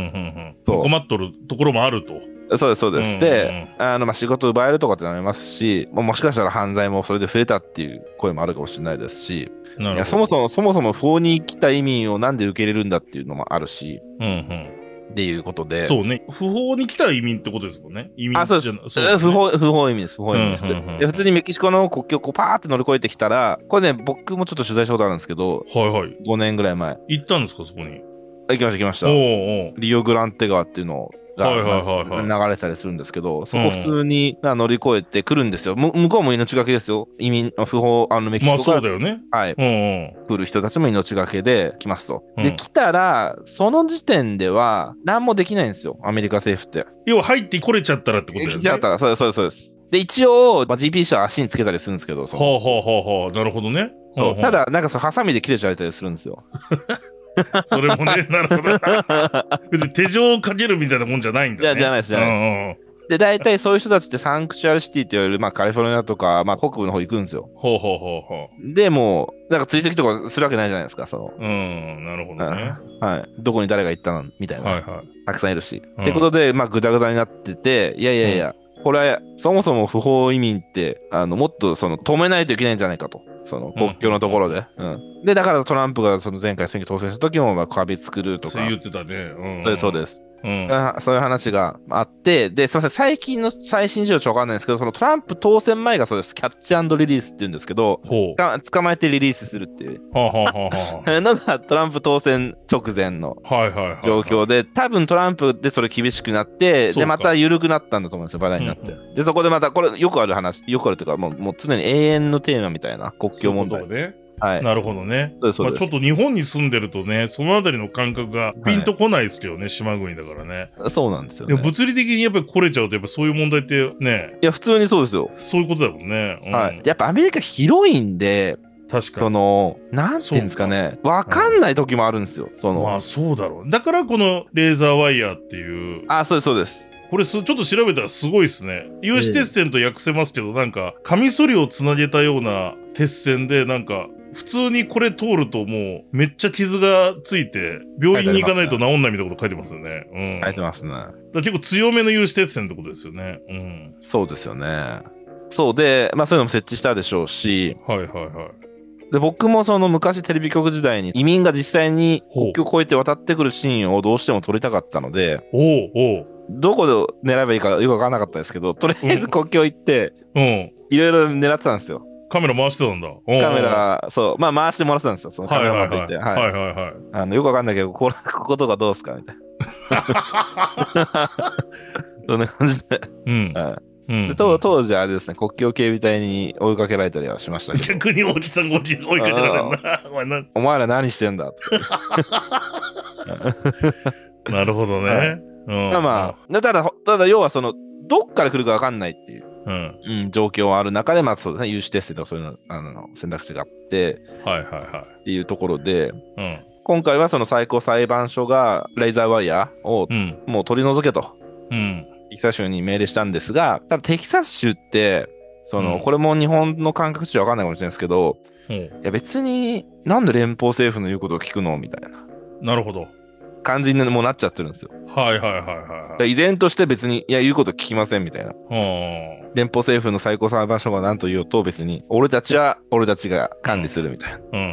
Speaker 1: う
Speaker 2: そ
Speaker 1: ん。
Speaker 2: う
Speaker 1: 困っとるところもあると。
Speaker 2: そうです、そうです。
Speaker 1: うん
Speaker 2: で、あのまあ、仕事奪えるとかってなりますし、もうもしかしたら犯罪もそれで増えたっていう声もあるかもしれないですし、
Speaker 1: うんないる
Speaker 2: や
Speaker 1: ほ
Speaker 2: そ
Speaker 1: ど。
Speaker 2: もそも、そもそも不法に来た移民をなんで受け入れるんだっていうのもあるし、
Speaker 1: うんうん
Speaker 2: っていうことで、
Speaker 1: そうね。不法に来た移民ってことですもんね。移民
Speaker 2: あ、そうで
Speaker 1: じゃ
Speaker 2: す
Speaker 1: な。だね
Speaker 2: 不法、不法移民です、不法移民です。
Speaker 1: うんうんうん
Speaker 2: で普通にメキシコの国境をこうパーって乗り越えてきたら、これね、僕もちょっと取材したことあるんですけど、
Speaker 1: はいはい。
Speaker 2: 5年ぐらい前、あ
Speaker 1: 行ったんですか、そこに。
Speaker 2: 行きました、行きました
Speaker 1: お。うおう
Speaker 2: リオグランテ川っていうのが、
Speaker 1: はいはいはい
Speaker 2: まあ流れてたりするんですけど、そこ普通に、まあ乗り越えてくるんですよ。む向こうも命がけですよ。移民、あ不法、あのメキシ
Speaker 1: ま
Speaker 2: コ
Speaker 1: あ、
Speaker 2: か
Speaker 1: そう
Speaker 2: ら、
Speaker 1: だよね。
Speaker 2: はい、
Speaker 1: うんうん。
Speaker 2: 来る人たちも命がけで来ますと。
Speaker 1: うん
Speaker 2: で、来たら、その時点では何もできないんですよ、アメリカ政府って。
Speaker 1: 要は入ってこれちゃったらってことだよね。
Speaker 2: 来ちゃったら、そうです、そうです、そうです。で、一応、まあ、GP 車は足につけたりするんですけど、そ
Speaker 1: は
Speaker 2: の
Speaker 1: あはあはあはあ。なるほどね。
Speaker 2: そ
Speaker 1: んん
Speaker 2: うた、だ、なんかそのハサミで切れちゃったりするんですよ。
Speaker 1: それも ね、なるほど。別に手錠をかけるみたいなもんじゃないんだね。
Speaker 2: じゃじゃないですじゃない
Speaker 1: ないです。
Speaker 2: で、大体そういう人たちってサンクチュアルシティって言われる、まあ、カリフォルニアとか、まあ、北部の方行くんですよ。
Speaker 1: ほうほうほうほ
Speaker 2: で、もう、なんか追跡とかするわけないじゃないですか、その、
Speaker 1: う。うん、なるほどね。
Speaker 2: はい、どこに誰が行ったのみたい
Speaker 1: は
Speaker 2: な、
Speaker 1: いはい。
Speaker 2: たくさんいるし。
Speaker 1: うん
Speaker 2: ってことで、まあ、ぐだぐだになってて、いやいやいや、これ、そもそも不法移民って、あのもっとその止めないといけないんじゃないかと、その国境のところで。うんで、だからトランプがその前回選挙当選した時も、まあ、壁作るとか
Speaker 1: そう。言ってたね。うん、。
Speaker 2: そうです、そうですす。
Speaker 1: うん。
Speaker 2: あそういう話があって、で、すみません、最近の最新資料ちょっとわかんないんですけど、そのトランプ当選前がそうです、キャッチリリースって言うんですけど、
Speaker 1: ほう。
Speaker 2: た捕まえてリリースするっていう。
Speaker 1: はあ、はあはあ は
Speaker 2: のがトランプ当選直前の
Speaker 1: あ、はいはいはい。
Speaker 2: 状況で、多分トランプでそれ厳しくなって、
Speaker 1: そうか
Speaker 2: で、また緩くなったんだと思うんですよ、バラになって。
Speaker 1: う
Speaker 2: で、そこでまた、これ、よくある話、よくあるというか、もうもう常に永遠のテーマみたいな、国
Speaker 1: そう
Speaker 2: 境
Speaker 1: いう
Speaker 2: 問
Speaker 1: こ
Speaker 2: 題。
Speaker 1: とね。
Speaker 2: はい。
Speaker 1: なるほどね。
Speaker 2: そうです、そ
Speaker 1: まあ、
Speaker 2: うで
Speaker 1: ち
Speaker 2: す
Speaker 1: ょっ。と日本に住んでるとね、そのあたりの感覚がピンとこないですけどね、島国だからね。
Speaker 2: そうなんですよ、
Speaker 1: でも
Speaker 2: ね。
Speaker 1: 物理的にやっぱり来れちゃうと、やっぱそういう問題ってね、
Speaker 2: いや、普通にそうですよ。
Speaker 1: そういうことだもんね。うん、
Speaker 2: はい。やっぱアメリカ広いんで、
Speaker 1: 確か
Speaker 2: そ
Speaker 1: に。
Speaker 2: の、なんていうんですかね、わかんない時もあるんですよ、そ
Speaker 1: ま
Speaker 2: の
Speaker 1: あ。そうだろう。だからこのレーザーワイヤーっていう、
Speaker 2: あ、そうです、そうです。
Speaker 1: これすちょっと調べたらすごいですね。有刺鉄線と訳せますけど、なんか、カミソリをつなげたような鉄線で、なんか、普通にこれ通るともうめっちゃ傷がついて病院に行かないと治んないみたいなこと書いてますよね。うん。
Speaker 2: 書いてますね。
Speaker 1: だから結構強めの有刺鉄線ってことですよね。うん。
Speaker 2: そうですよね。そうで、まあそういうのも設置したでしょうし、
Speaker 1: はいはいはい。
Speaker 2: で僕もその昔テレビ局時代に移民が実際に
Speaker 1: ほう
Speaker 2: 国境を越えて渡ってくるシーンをどうしても撮りたかったので
Speaker 1: おうおう。
Speaker 2: どこで狙えばいいかよく分からなかったですけどとりあえ
Speaker 1: うん
Speaker 2: ず国境行って
Speaker 1: うん。
Speaker 2: いろいろ狙ってたんですよ
Speaker 1: カメラ回してたんだ。うん
Speaker 2: カメ。ラそうまあ回してもらってたんですよそのカ
Speaker 1: は
Speaker 2: メ
Speaker 1: い
Speaker 2: ラ
Speaker 1: はい
Speaker 2: 持
Speaker 1: は
Speaker 2: って
Speaker 1: い。
Speaker 2: い
Speaker 1: は
Speaker 2: はい
Speaker 1: いはいはい。
Speaker 2: あのよく分かんないけどこれ こことかどうすか みたいなそんな感じで
Speaker 1: うん。うん
Speaker 2: で当当時あれですね国境警備隊に追いかけられたりはしましたけど
Speaker 1: 逆に大木さんが追いかけられたな。お前な
Speaker 2: お前ら何してんだ
Speaker 1: なるほど
Speaker 2: はい
Speaker 1: ね。うん
Speaker 2: まあまあだただただ要はそのどっから来るか分かんないっていう
Speaker 1: うん。
Speaker 2: うん、状況はある中で、まあそうですね、有志テストとかそういうのあの選択肢があって
Speaker 1: はいはいは
Speaker 2: っていうところで、
Speaker 1: い。うん。
Speaker 2: 今回はその最高裁判所がレーザーワイヤーを
Speaker 1: うん。
Speaker 2: もう取り除けと、
Speaker 1: うん。
Speaker 2: テキサス州に命令したんですが、ただテキサス州って、その、
Speaker 1: うん
Speaker 2: これも日本の感覚値は分かんないかもしれないですけど、
Speaker 1: うん
Speaker 2: いや別になんで連邦政府の言うことを聞くのみたいな
Speaker 1: なるほど。
Speaker 2: 感じにもうなっちゃってるんですよ。
Speaker 1: はいはいはいは
Speaker 2: だ
Speaker 1: い
Speaker 2: から依然として別に、いや言うこと聞きませんみたいな。
Speaker 1: はい。
Speaker 2: 連邦政府の最高裁判所が何と言おうと別に、俺たちは俺たちが管理するみたいな。
Speaker 1: うん。うんうんう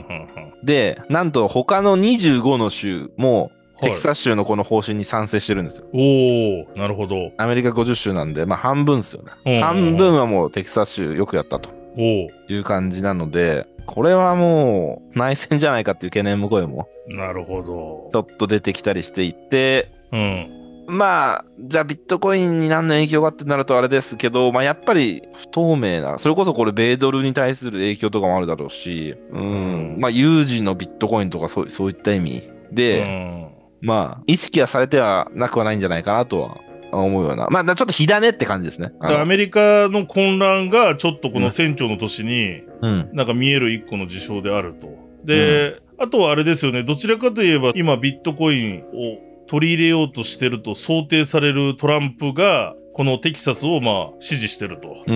Speaker 1: ん。
Speaker 2: で、なんと他の25の州も、
Speaker 1: はい
Speaker 2: テキサス州のこの方針に賛成してるんですよ。
Speaker 1: おおなるほど。
Speaker 2: アメリカ50州なんで、まあ半分ですよね。
Speaker 1: うん
Speaker 2: 半分はもうテキサス州よくやったと
Speaker 1: おお
Speaker 2: いう感じなので、これはもう内戦じゃないかっていう懸念も声も
Speaker 1: なるほど
Speaker 2: ち。ょっと出てきたりしていて、
Speaker 1: うん。
Speaker 2: まあ、じゃあビットコインに何の影響がってなるとあれですけど、まあやっぱり不透明な、それこそこれ米ドルに対する影響とかもあるだろうし、うん、まあ有事のビットコインとかそうそういった意味で、
Speaker 1: うん
Speaker 2: まあ、意識はされてはなくはないんじゃないかなとは思うような。まあ、だちょっと火種って感じですね。
Speaker 1: だからア
Speaker 2: メ。
Speaker 1: メリカの混乱がちょっとこの選挙の年に
Speaker 2: うん。
Speaker 1: なんか見える一個の事象であると。で、あとはあれですよね、どちらかといえば今ビットコインを取り入れようとしてると想定されるトランプがこのテキサスをまあ支持してると。
Speaker 2: うん。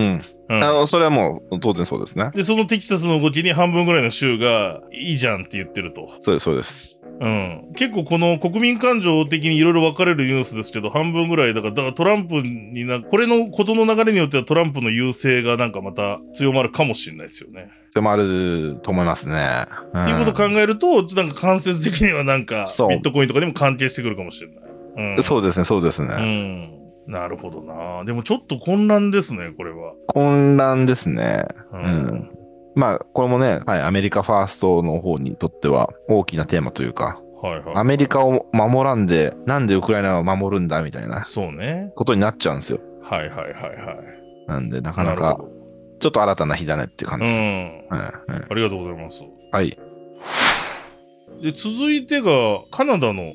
Speaker 1: う
Speaker 2: あ
Speaker 1: ん
Speaker 2: の、それはもう当然そうですね。
Speaker 1: で、そのテキサスの動きに半分ぐらいの州がいいじゃんって言ってると。
Speaker 2: そうです、そうです。
Speaker 1: うん。結構この国民感情的にいろいろ分かれるニュースですけど、半分ぐらいだから、だからトランプにな、これのことの流れによってはトランプの優勢がなんかまた強まるかもしれないですよね。
Speaker 2: それもあると思いますね。っ
Speaker 1: っていうことを考えると、なんか間接的にはなんか、
Speaker 2: そう
Speaker 1: ビットコインとかにも関係してくるかもしれない。うん。
Speaker 2: そうですね、そうですね。
Speaker 1: うん。なるほどな。でもちょっと混乱ですね、これは。
Speaker 2: 混乱ですね。
Speaker 1: う
Speaker 2: うん。まあ、これもね、はい、アメリカファーストの方にとっては大きなテーマというか、
Speaker 1: はいはい。
Speaker 2: アメリカを守らんで、なんでウクライナを守るんだみたいな
Speaker 1: そうね。
Speaker 2: ことになっちゃうんですよ。
Speaker 1: はいはいはいはい。
Speaker 2: なんで、なかな
Speaker 1: る
Speaker 2: か
Speaker 1: ほ、ど
Speaker 2: ちょっと新たな火種っていう感
Speaker 1: う
Speaker 2: じです。
Speaker 1: ん。
Speaker 2: うんうん
Speaker 1: ありがとうございます。
Speaker 2: はい。
Speaker 1: で、続いてが、カナダの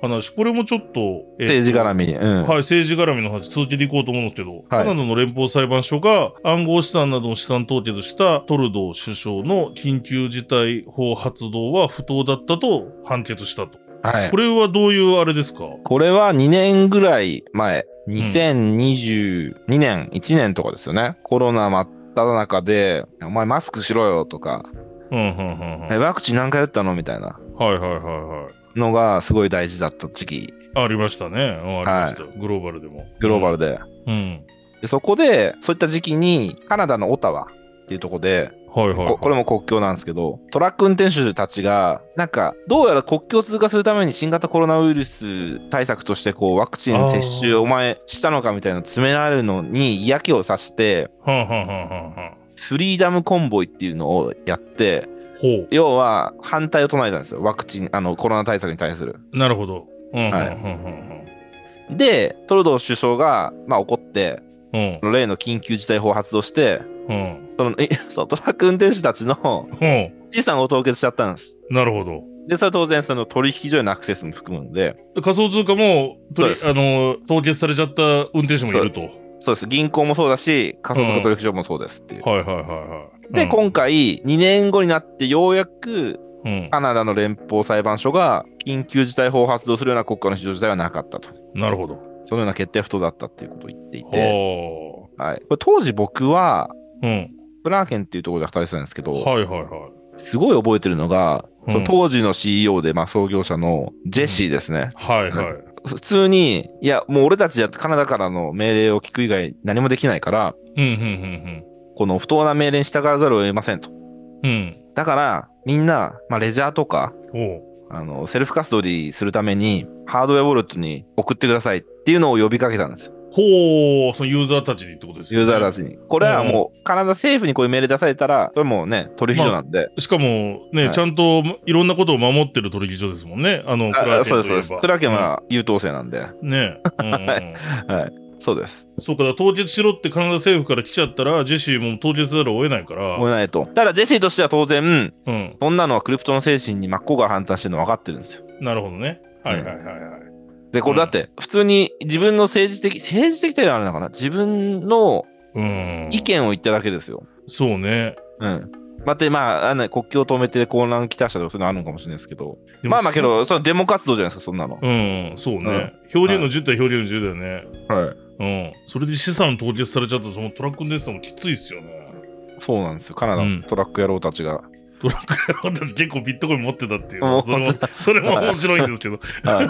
Speaker 1: 話。これもちょっと、えっと
Speaker 2: 政治絡みに。うん。
Speaker 1: はい、政治絡みの話、続けていこうと思うんですけど、カ
Speaker 2: はい
Speaker 1: ナダの連邦裁判所が暗号資産などの資産凍結したトルドー首相の緊急事態法発動は不当だったと判決したと。
Speaker 2: はい
Speaker 1: これはどういうあれですか
Speaker 2: これは2年ぐらい前、2022年、1年とかですよね。コロナ真っ只中で、お前マスクしろよとか、
Speaker 1: うん、うん、うん。うんは
Speaker 2: え
Speaker 1: い、
Speaker 2: ワクチン何回打ったのみたいな
Speaker 1: はい、はい、はい。
Speaker 2: のがすごい大事だった時期、
Speaker 1: ありましたね。うんありましたよ。グローバルでも。
Speaker 2: グローバルで。
Speaker 1: ル。うん。
Speaker 2: でそこで、そういった時期に、カナダのオタワっていうとこで、
Speaker 1: はい、はいはい。
Speaker 2: ここれも国境なんですけど、トラック運転手たちが、なんか、どうやら国境を通過するために新型コロナウイルス対策として、こう、ワクチン接種、
Speaker 1: あー
Speaker 2: お前したのかみたいなの詰められるのに嫌気をさして、
Speaker 1: はんはんはんはんはん。
Speaker 2: フリーダムコンボイっていうのをやって、
Speaker 1: ほ
Speaker 2: 要は反対を唱えたんですよ。ワクチン、あの、コロナ対策に対する。
Speaker 1: う。なるほど。うん、うん、うん、う
Speaker 2: はい
Speaker 1: ん
Speaker 2: で、トルドー首相が、まあ、怒って、
Speaker 1: うん。
Speaker 2: その例の緊急事態法を発動して、
Speaker 1: うん、うん。
Speaker 2: その、え そうトラック運転手たちの
Speaker 1: うん。
Speaker 2: 資産を凍結しちゃったんです。
Speaker 1: なるほど。
Speaker 2: で、それは当然、その取引所へのアクセスも含むので、
Speaker 1: 仮想通貨も取り
Speaker 2: そうです
Speaker 1: あの凍結されちゃった運転手もいると。
Speaker 2: そうです。銀行もそうだし、仮想通貨取引所もそうですっていう。
Speaker 1: はいはいはいはい。
Speaker 2: で、
Speaker 1: うん、
Speaker 2: 今回、2年後になって、ようやく
Speaker 1: うん、
Speaker 2: カナダの連邦裁判所が緊急事態法を発動するような国家の非常事態はなかったと。
Speaker 1: なるほど。
Speaker 2: そのような決定は不当だったっていうことを言っていて、
Speaker 1: は
Speaker 2: はい、これ当時僕は、
Speaker 1: あ。うん。
Speaker 2: ブラーケンっていうところで働いてたんですけど、
Speaker 1: はいはいはい。
Speaker 2: すごい覚えてるのが、
Speaker 1: うん
Speaker 2: その当時の CEO で、まあ、創業者のジェシーですね、
Speaker 1: はいはい。
Speaker 2: 普通に、いや、もう俺たちじゃカナダからの命令を聞く以外何もできないから、
Speaker 1: うんうん
Speaker 2: この不当な命令に従わざるを得ませんと。
Speaker 1: うんうん。
Speaker 2: だから、みんな、まあ、レジャーとか、
Speaker 1: うん。
Speaker 2: あの、セルフカストリーするために、ハードウェアウォレットに送ってくださいっていうのを呼びかけたんですよ。
Speaker 1: ほう。ほう、そのユーザーたちにってことですよ
Speaker 2: ユー
Speaker 1: ね。
Speaker 2: ザーたちに。これはもう、カナダ政府にこういう命令出されたら、それもうね、取引所なんで。
Speaker 1: しかもね、
Speaker 2: はい
Speaker 1: ちゃんといろんなことを守ってる取引所ですもんね。あの、ク
Speaker 2: あ
Speaker 1: ラーケン
Speaker 2: そう
Speaker 1: といえば
Speaker 2: です、そうです。クラーケンは優等生なんで。
Speaker 1: うんね、うん うんうん
Speaker 2: そうです。
Speaker 1: そうか、だから凍結しろってカナダ政府から来ちゃったら、ジェシーも凍結せざるを得ないから。
Speaker 2: もうないと。ただ、ジェシーとしては当然、
Speaker 1: うん。
Speaker 2: そんなのはクリプトの精神に真っ向から反対してるの分かってるんですよ。
Speaker 1: なるほどね。はいはいはいはい。
Speaker 2: で、これだって、普通に自分の政治的、政治的というのはあれなのかな自分の
Speaker 1: うん。
Speaker 2: 意見を言っただけですよ。
Speaker 1: そうね。
Speaker 2: うん。まあ、で、まあ、あの国境を止めて混乱来たしたとかそういうのあるのかもしれないですけど。
Speaker 1: でも
Speaker 2: まあまあけど、そのデモ活動じゃないですか、そんなの。
Speaker 1: うん、そうね。表現の10対表現の10だよね。
Speaker 2: はい。
Speaker 1: うん。それで資産凍結されちゃったらそのトラック運転手さんもきついっすよね。
Speaker 2: そうなんですよ。カナダ
Speaker 1: うん
Speaker 2: のトラック野郎たちが。
Speaker 1: トラック野郎たち結構ビットコイン持ってたっていう。
Speaker 2: 持っ
Speaker 1: それも
Speaker 2: て、
Speaker 1: それも面白いんですけど。
Speaker 2: はい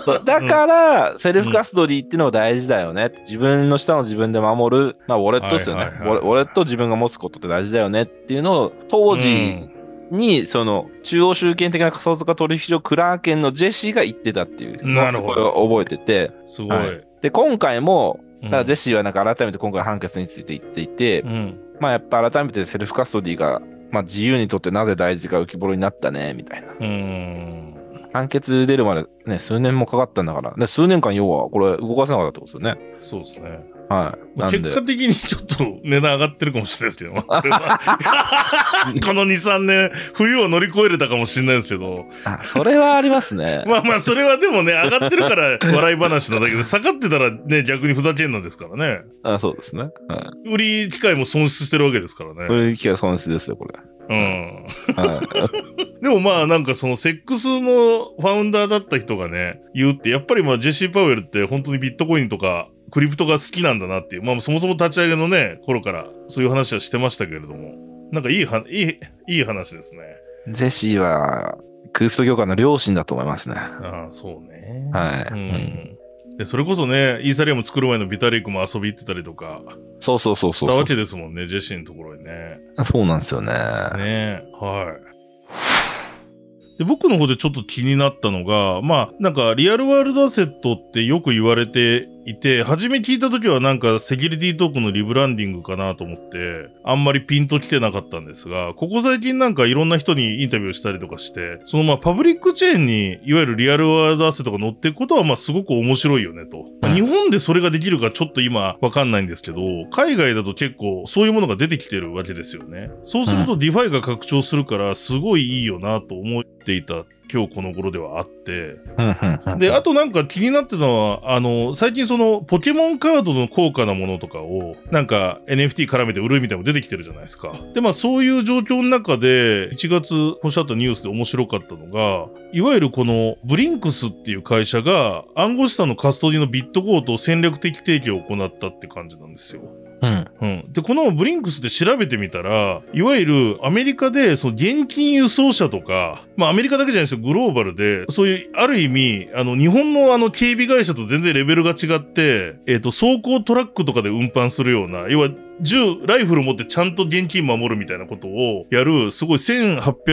Speaker 2: そうだから、セルフカストリーっていうのは大事だよねって。自分の下を自分で守る、まあ、ウォレットですよね。
Speaker 1: は
Speaker 2: ウ
Speaker 1: いはいはいはい
Speaker 2: ォレウォレットを自分が持つことって大事だよねっていうのを、当時に、その、中央集権的な仮想通貨取引所、クラーケンのジェシーが言ってたっていう。
Speaker 1: なるほど
Speaker 2: そこを覚えてて。
Speaker 1: うんすごい。
Speaker 2: はで、今回も、
Speaker 1: うん
Speaker 2: だからジェシーはなんか改めて今回の判決について言っていて、
Speaker 1: うん。
Speaker 2: まあやっぱ改めてセルフカストディが、まあ、自由にとってなぜ大事か浮き彫りになったねみたいな
Speaker 1: うん。
Speaker 2: 判決出るまでね数年もかかったんだからで数年間要はこれ動かせなかったってことですよね
Speaker 1: そうですね。
Speaker 2: はい
Speaker 1: ま
Speaker 2: な
Speaker 1: あ
Speaker 2: ん
Speaker 1: 結
Speaker 2: で
Speaker 1: 果的にちょっと値段上がってるかもしれないですけど。これは この2、3年、冬を乗り越えれたかもしれないですけど。
Speaker 2: あそれはありますね
Speaker 1: まあまあ、それはでもね、上がってるから笑い話なだけで、下がってたらね、逆にふざけんなんですからね。
Speaker 2: あそうですね、は
Speaker 1: 売り機会も損失してるわけですから
Speaker 2: い、
Speaker 1: ね。
Speaker 2: これ機会損失ですよこれ、
Speaker 1: うん。
Speaker 2: はい、
Speaker 1: でもまあなんかそのセックスのファウンダーだった人がね、言うって、やっぱりまあジェシー・パウエルって本当にビットコインとかクリプトが好きなんだなっていう、まあそもそも立ち上げのね、頃からそういう話はしてましたけれども、なんかいいは、いい、いい話ですね。
Speaker 2: ジェシーは、クリプト業界の両親だと思いますね。
Speaker 1: ああ、そうね。
Speaker 2: はい
Speaker 1: うん。でそれこそね、イーサリアム作る前のビタリークも遊び行ってたりとか
Speaker 2: そうそうそう
Speaker 1: し
Speaker 2: そう
Speaker 1: た
Speaker 2: そう。
Speaker 1: わけですもんね、ジェシーのところにね。
Speaker 2: そうなんですよね。
Speaker 1: ねえ、はい。で僕の方でちょっと気になったのが、まあ、なんか、リアルワールドアセットってよく言われていて、初め聞いた時はなんか、セキュリティトークンのリブランディングかなと思って、あんまりピンと来てなかったんですが、ここ最近なんかいろんな人にインタビューしたりとかして、そのまあ、パブリックチェーンに、いわゆるリアルワールドアセットが載っていくことは、まあ、すごく面白いよねと。まあ
Speaker 2: うん
Speaker 1: 日本でそれができるかちょっと今わかんないんですけど、海外だと結構そういうものが出てきてるわけですよね。そうするとディファイが拡張するからすごいいいよなと思っていた今日この頃ではあって。
Speaker 2: うんうんうん
Speaker 1: で、あとなんか気になってたのは、あの、最近そのポケモンカードの高価なものとかをなんか NFT 絡めて売るみたいなの出てきてるじゃないですか。で、まあそういう状況の中で1月おっしゃったニュースで面白かったのが、いわゆるこのブリンクスっていう会社が暗号資産のカストリーのビットコートを戦略的提供を行ったって感じなんですよ。
Speaker 2: うん。
Speaker 1: うん、でこのブリンクスって調べてみたらいわゆるアメリカでその現金輸送車とか、まあ、アメリカだけじゃないですよグローバルでそういうある意味あの日本のあの警備会社と全然レベルが違って、えー、と走行トラックとかで運搬するような要は銃ライフル持ってちゃんと現金守るみたいなことをやるすごい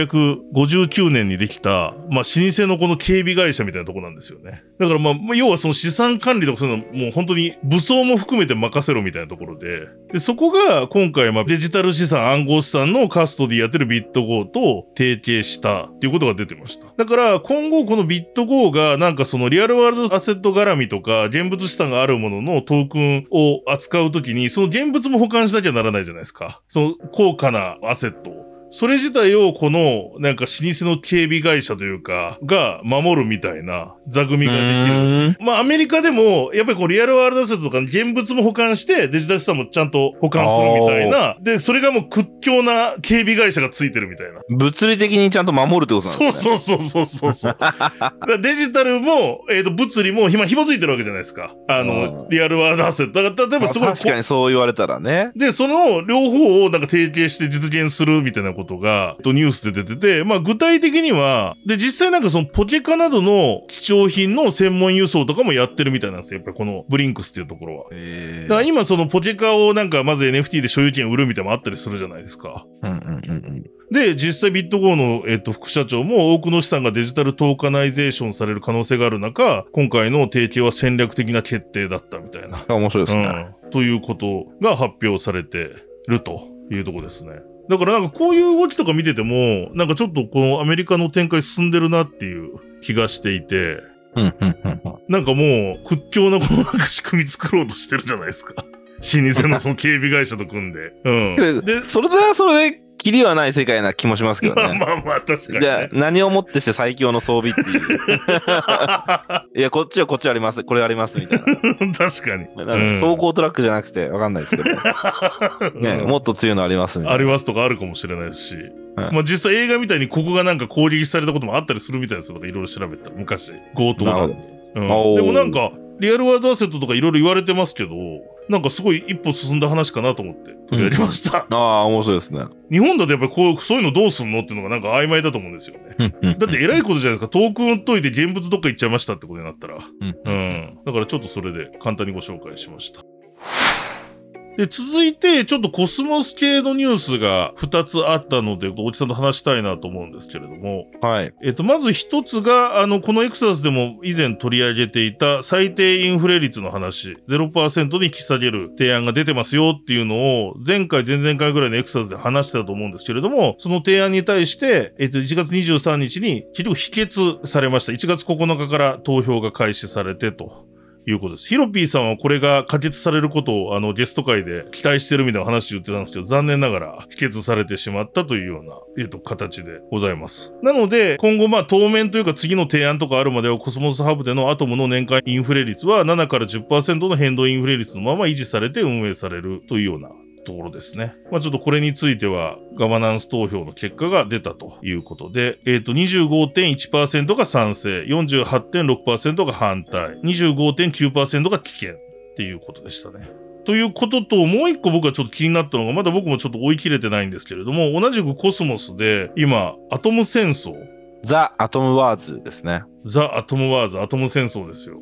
Speaker 1: 1859年にできた、まあ、老舗のこの警備会社みたいなとこなんですよねだからまあまあ要はその資産管理とかそういうのはもう本当に武装も含めて任せろみたいなところでで、そこが今回、まあ、デジタル資産、暗号資産のカストでやってるビット GO と提携したっていうことが出てました。だから、今後このビット GO がなんかそのリアルワールドアセット絡みとか、現物資産があるもののトークンを扱うときに、その現物も保管しなきゃならないじゃないですか。その高価なアセットを。それ自体をこの、なんか老舗の警備会社というか、が守るみたいな座組ができる。
Speaker 2: うん
Speaker 1: まあ、アメリカでも、やっぱりこう、リアルワールドアセットとか、現物も保管して、デジタル資産もちゃんと保管するみたいな。で、それがもう屈強な警備会社がついてるみたいな。
Speaker 2: 物理的にちゃんと守るってことなんです
Speaker 1: そ
Speaker 2: ね。
Speaker 1: うそうそうそうそうそう。だからデジタルも、えっ、と、物理も、ひま、紐付いてるわけじゃないですか。あの、
Speaker 2: うん
Speaker 1: リアルワールドアセット。だから、例えばすごいこ
Speaker 2: まあ確かにそう言われたらね。
Speaker 1: で、その両方をなんか提携して実現するみたいなことが、えっとニュースで出てて、まあ具体的には、で、実際なんかそのポケカなどの貴重品の専門輸送とかもやってるみたいなんですよ。やっぱりこのブリンクスっていうところは。
Speaker 2: え
Speaker 1: だから今そのポケカをなんかまず NFT で所有権売るみたいなのもあったりするじゃないですか。
Speaker 2: うんうんうんうん。
Speaker 1: で、実際ビットゴーの、えっと、副社長も多くの資産がデジタルトーカナイゼーションされる可能性がある中、今回の提携は戦略的な決定だったみたいな。
Speaker 2: 面白いですね。
Speaker 1: うん、ということが発表されてるというところですね。だからなんかこういう動きとか見てても、なんかちょっとこのアメリカの展開進んでるなっていう気がしていて、
Speaker 2: うんうんうんうん。
Speaker 1: なんかもう屈強なこのなんか仕組み作ろうとしてるじゃないですか。老舗のその警備会社と組んで。うん。で、
Speaker 2: それではそれで、キリはない世界な気もしますけど
Speaker 1: まあ
Speaker 2: ね。
Speaker 1: まあまあ確かに、
Speaker 2: じゃあ
Speaker 1: ね。、
Speaker 2: 何をもってして最強の装備っていう。いや、こっちはこっちあります、これあります、みたいな。
Speaker 1: 確かに。
Speaker 2: なん
Speaker 1: うん
Speaker 2: か走行トラックじゃなくて、わかんないですけど。 ね、
Speaker 1: うん
Speaker 2: もっと強いのあります、みた
Speaker 1: あ
Speaker 2: い
Speaker 1: り
Speaker 2: な。
Speaker 1: ますとかあるかもしれないし、
Speaker 2: はい
Speaker 1: まあ実際映画みたいにここがなんか攻撃されたこともあったりするみたいですよ。なんかいろいろ調べたら昔、強盗だ
Speaker 2: なる
Speaker 1: うん、
Speaker 2: おー
Speaker 1: でもなんか、リアルワールドアセットとかいろいろ言われてますけど、なんかすごい一歩進んだ話かなと思って取り上げました。
Speaker 2: ああ、面白いですね。
Speaker 1: 日本だとやっぱりこう、そういうのどうすんのっていうのがなんか曖昧だと思うんですよね。だって偉いことじゃないですか。トークン解いて現物どっか行っちゃいましたってことになったら。
Speaker 2: うん
Speaker 1: うん。だからちょっとそれで簡単にご紹介しました。で、続いて、ちょっとコスモス系のニュースが2つあったので、おじさんと話したいなと思うんですけれども、
Speaker 2: はい。
Speaker 1: えっと、まず一つが、あの、このエクサスでも以前取り上げていた最低インフレ率の話、0%に引き下げる提案が出てますよっていうのを、前回、前々回ぐらいのエクサスで話してたと思うんですけれども、その提案に対して、えっと、1月23日に結局否決されました。1月9日から投票が開始されてと。いうことです。ヒロピーさんはこれが可決されることをあのゲスト会で期待してるみたいな話を言ってたんですけど、残念ながら否決されてしまったというような、えっ、と、形でございます。なので、今後まあ当面というか次の提案とかあるまではコスモスハブでのアトムの年間インフレ率は7から10%の変動インフレ率のまま維持されて運営されるというようなところですね。まあちょっとこれについてはガバナンス投票の結果が出たということで、えっ、と25.1%が賛成、48.6%が反対、25.9%が危険っていうことでしたね。ということと、もう一個僕はちょっと気になったのが、まだ僕もちょっと追い切れてないんですけれども、同じくコスモスで、今、アトム戦争、
Speaker 2: ザ・アトム・ワーズですね。
Speaker 1: ザ・アトム・ワーズ、アトム戦争ですよ。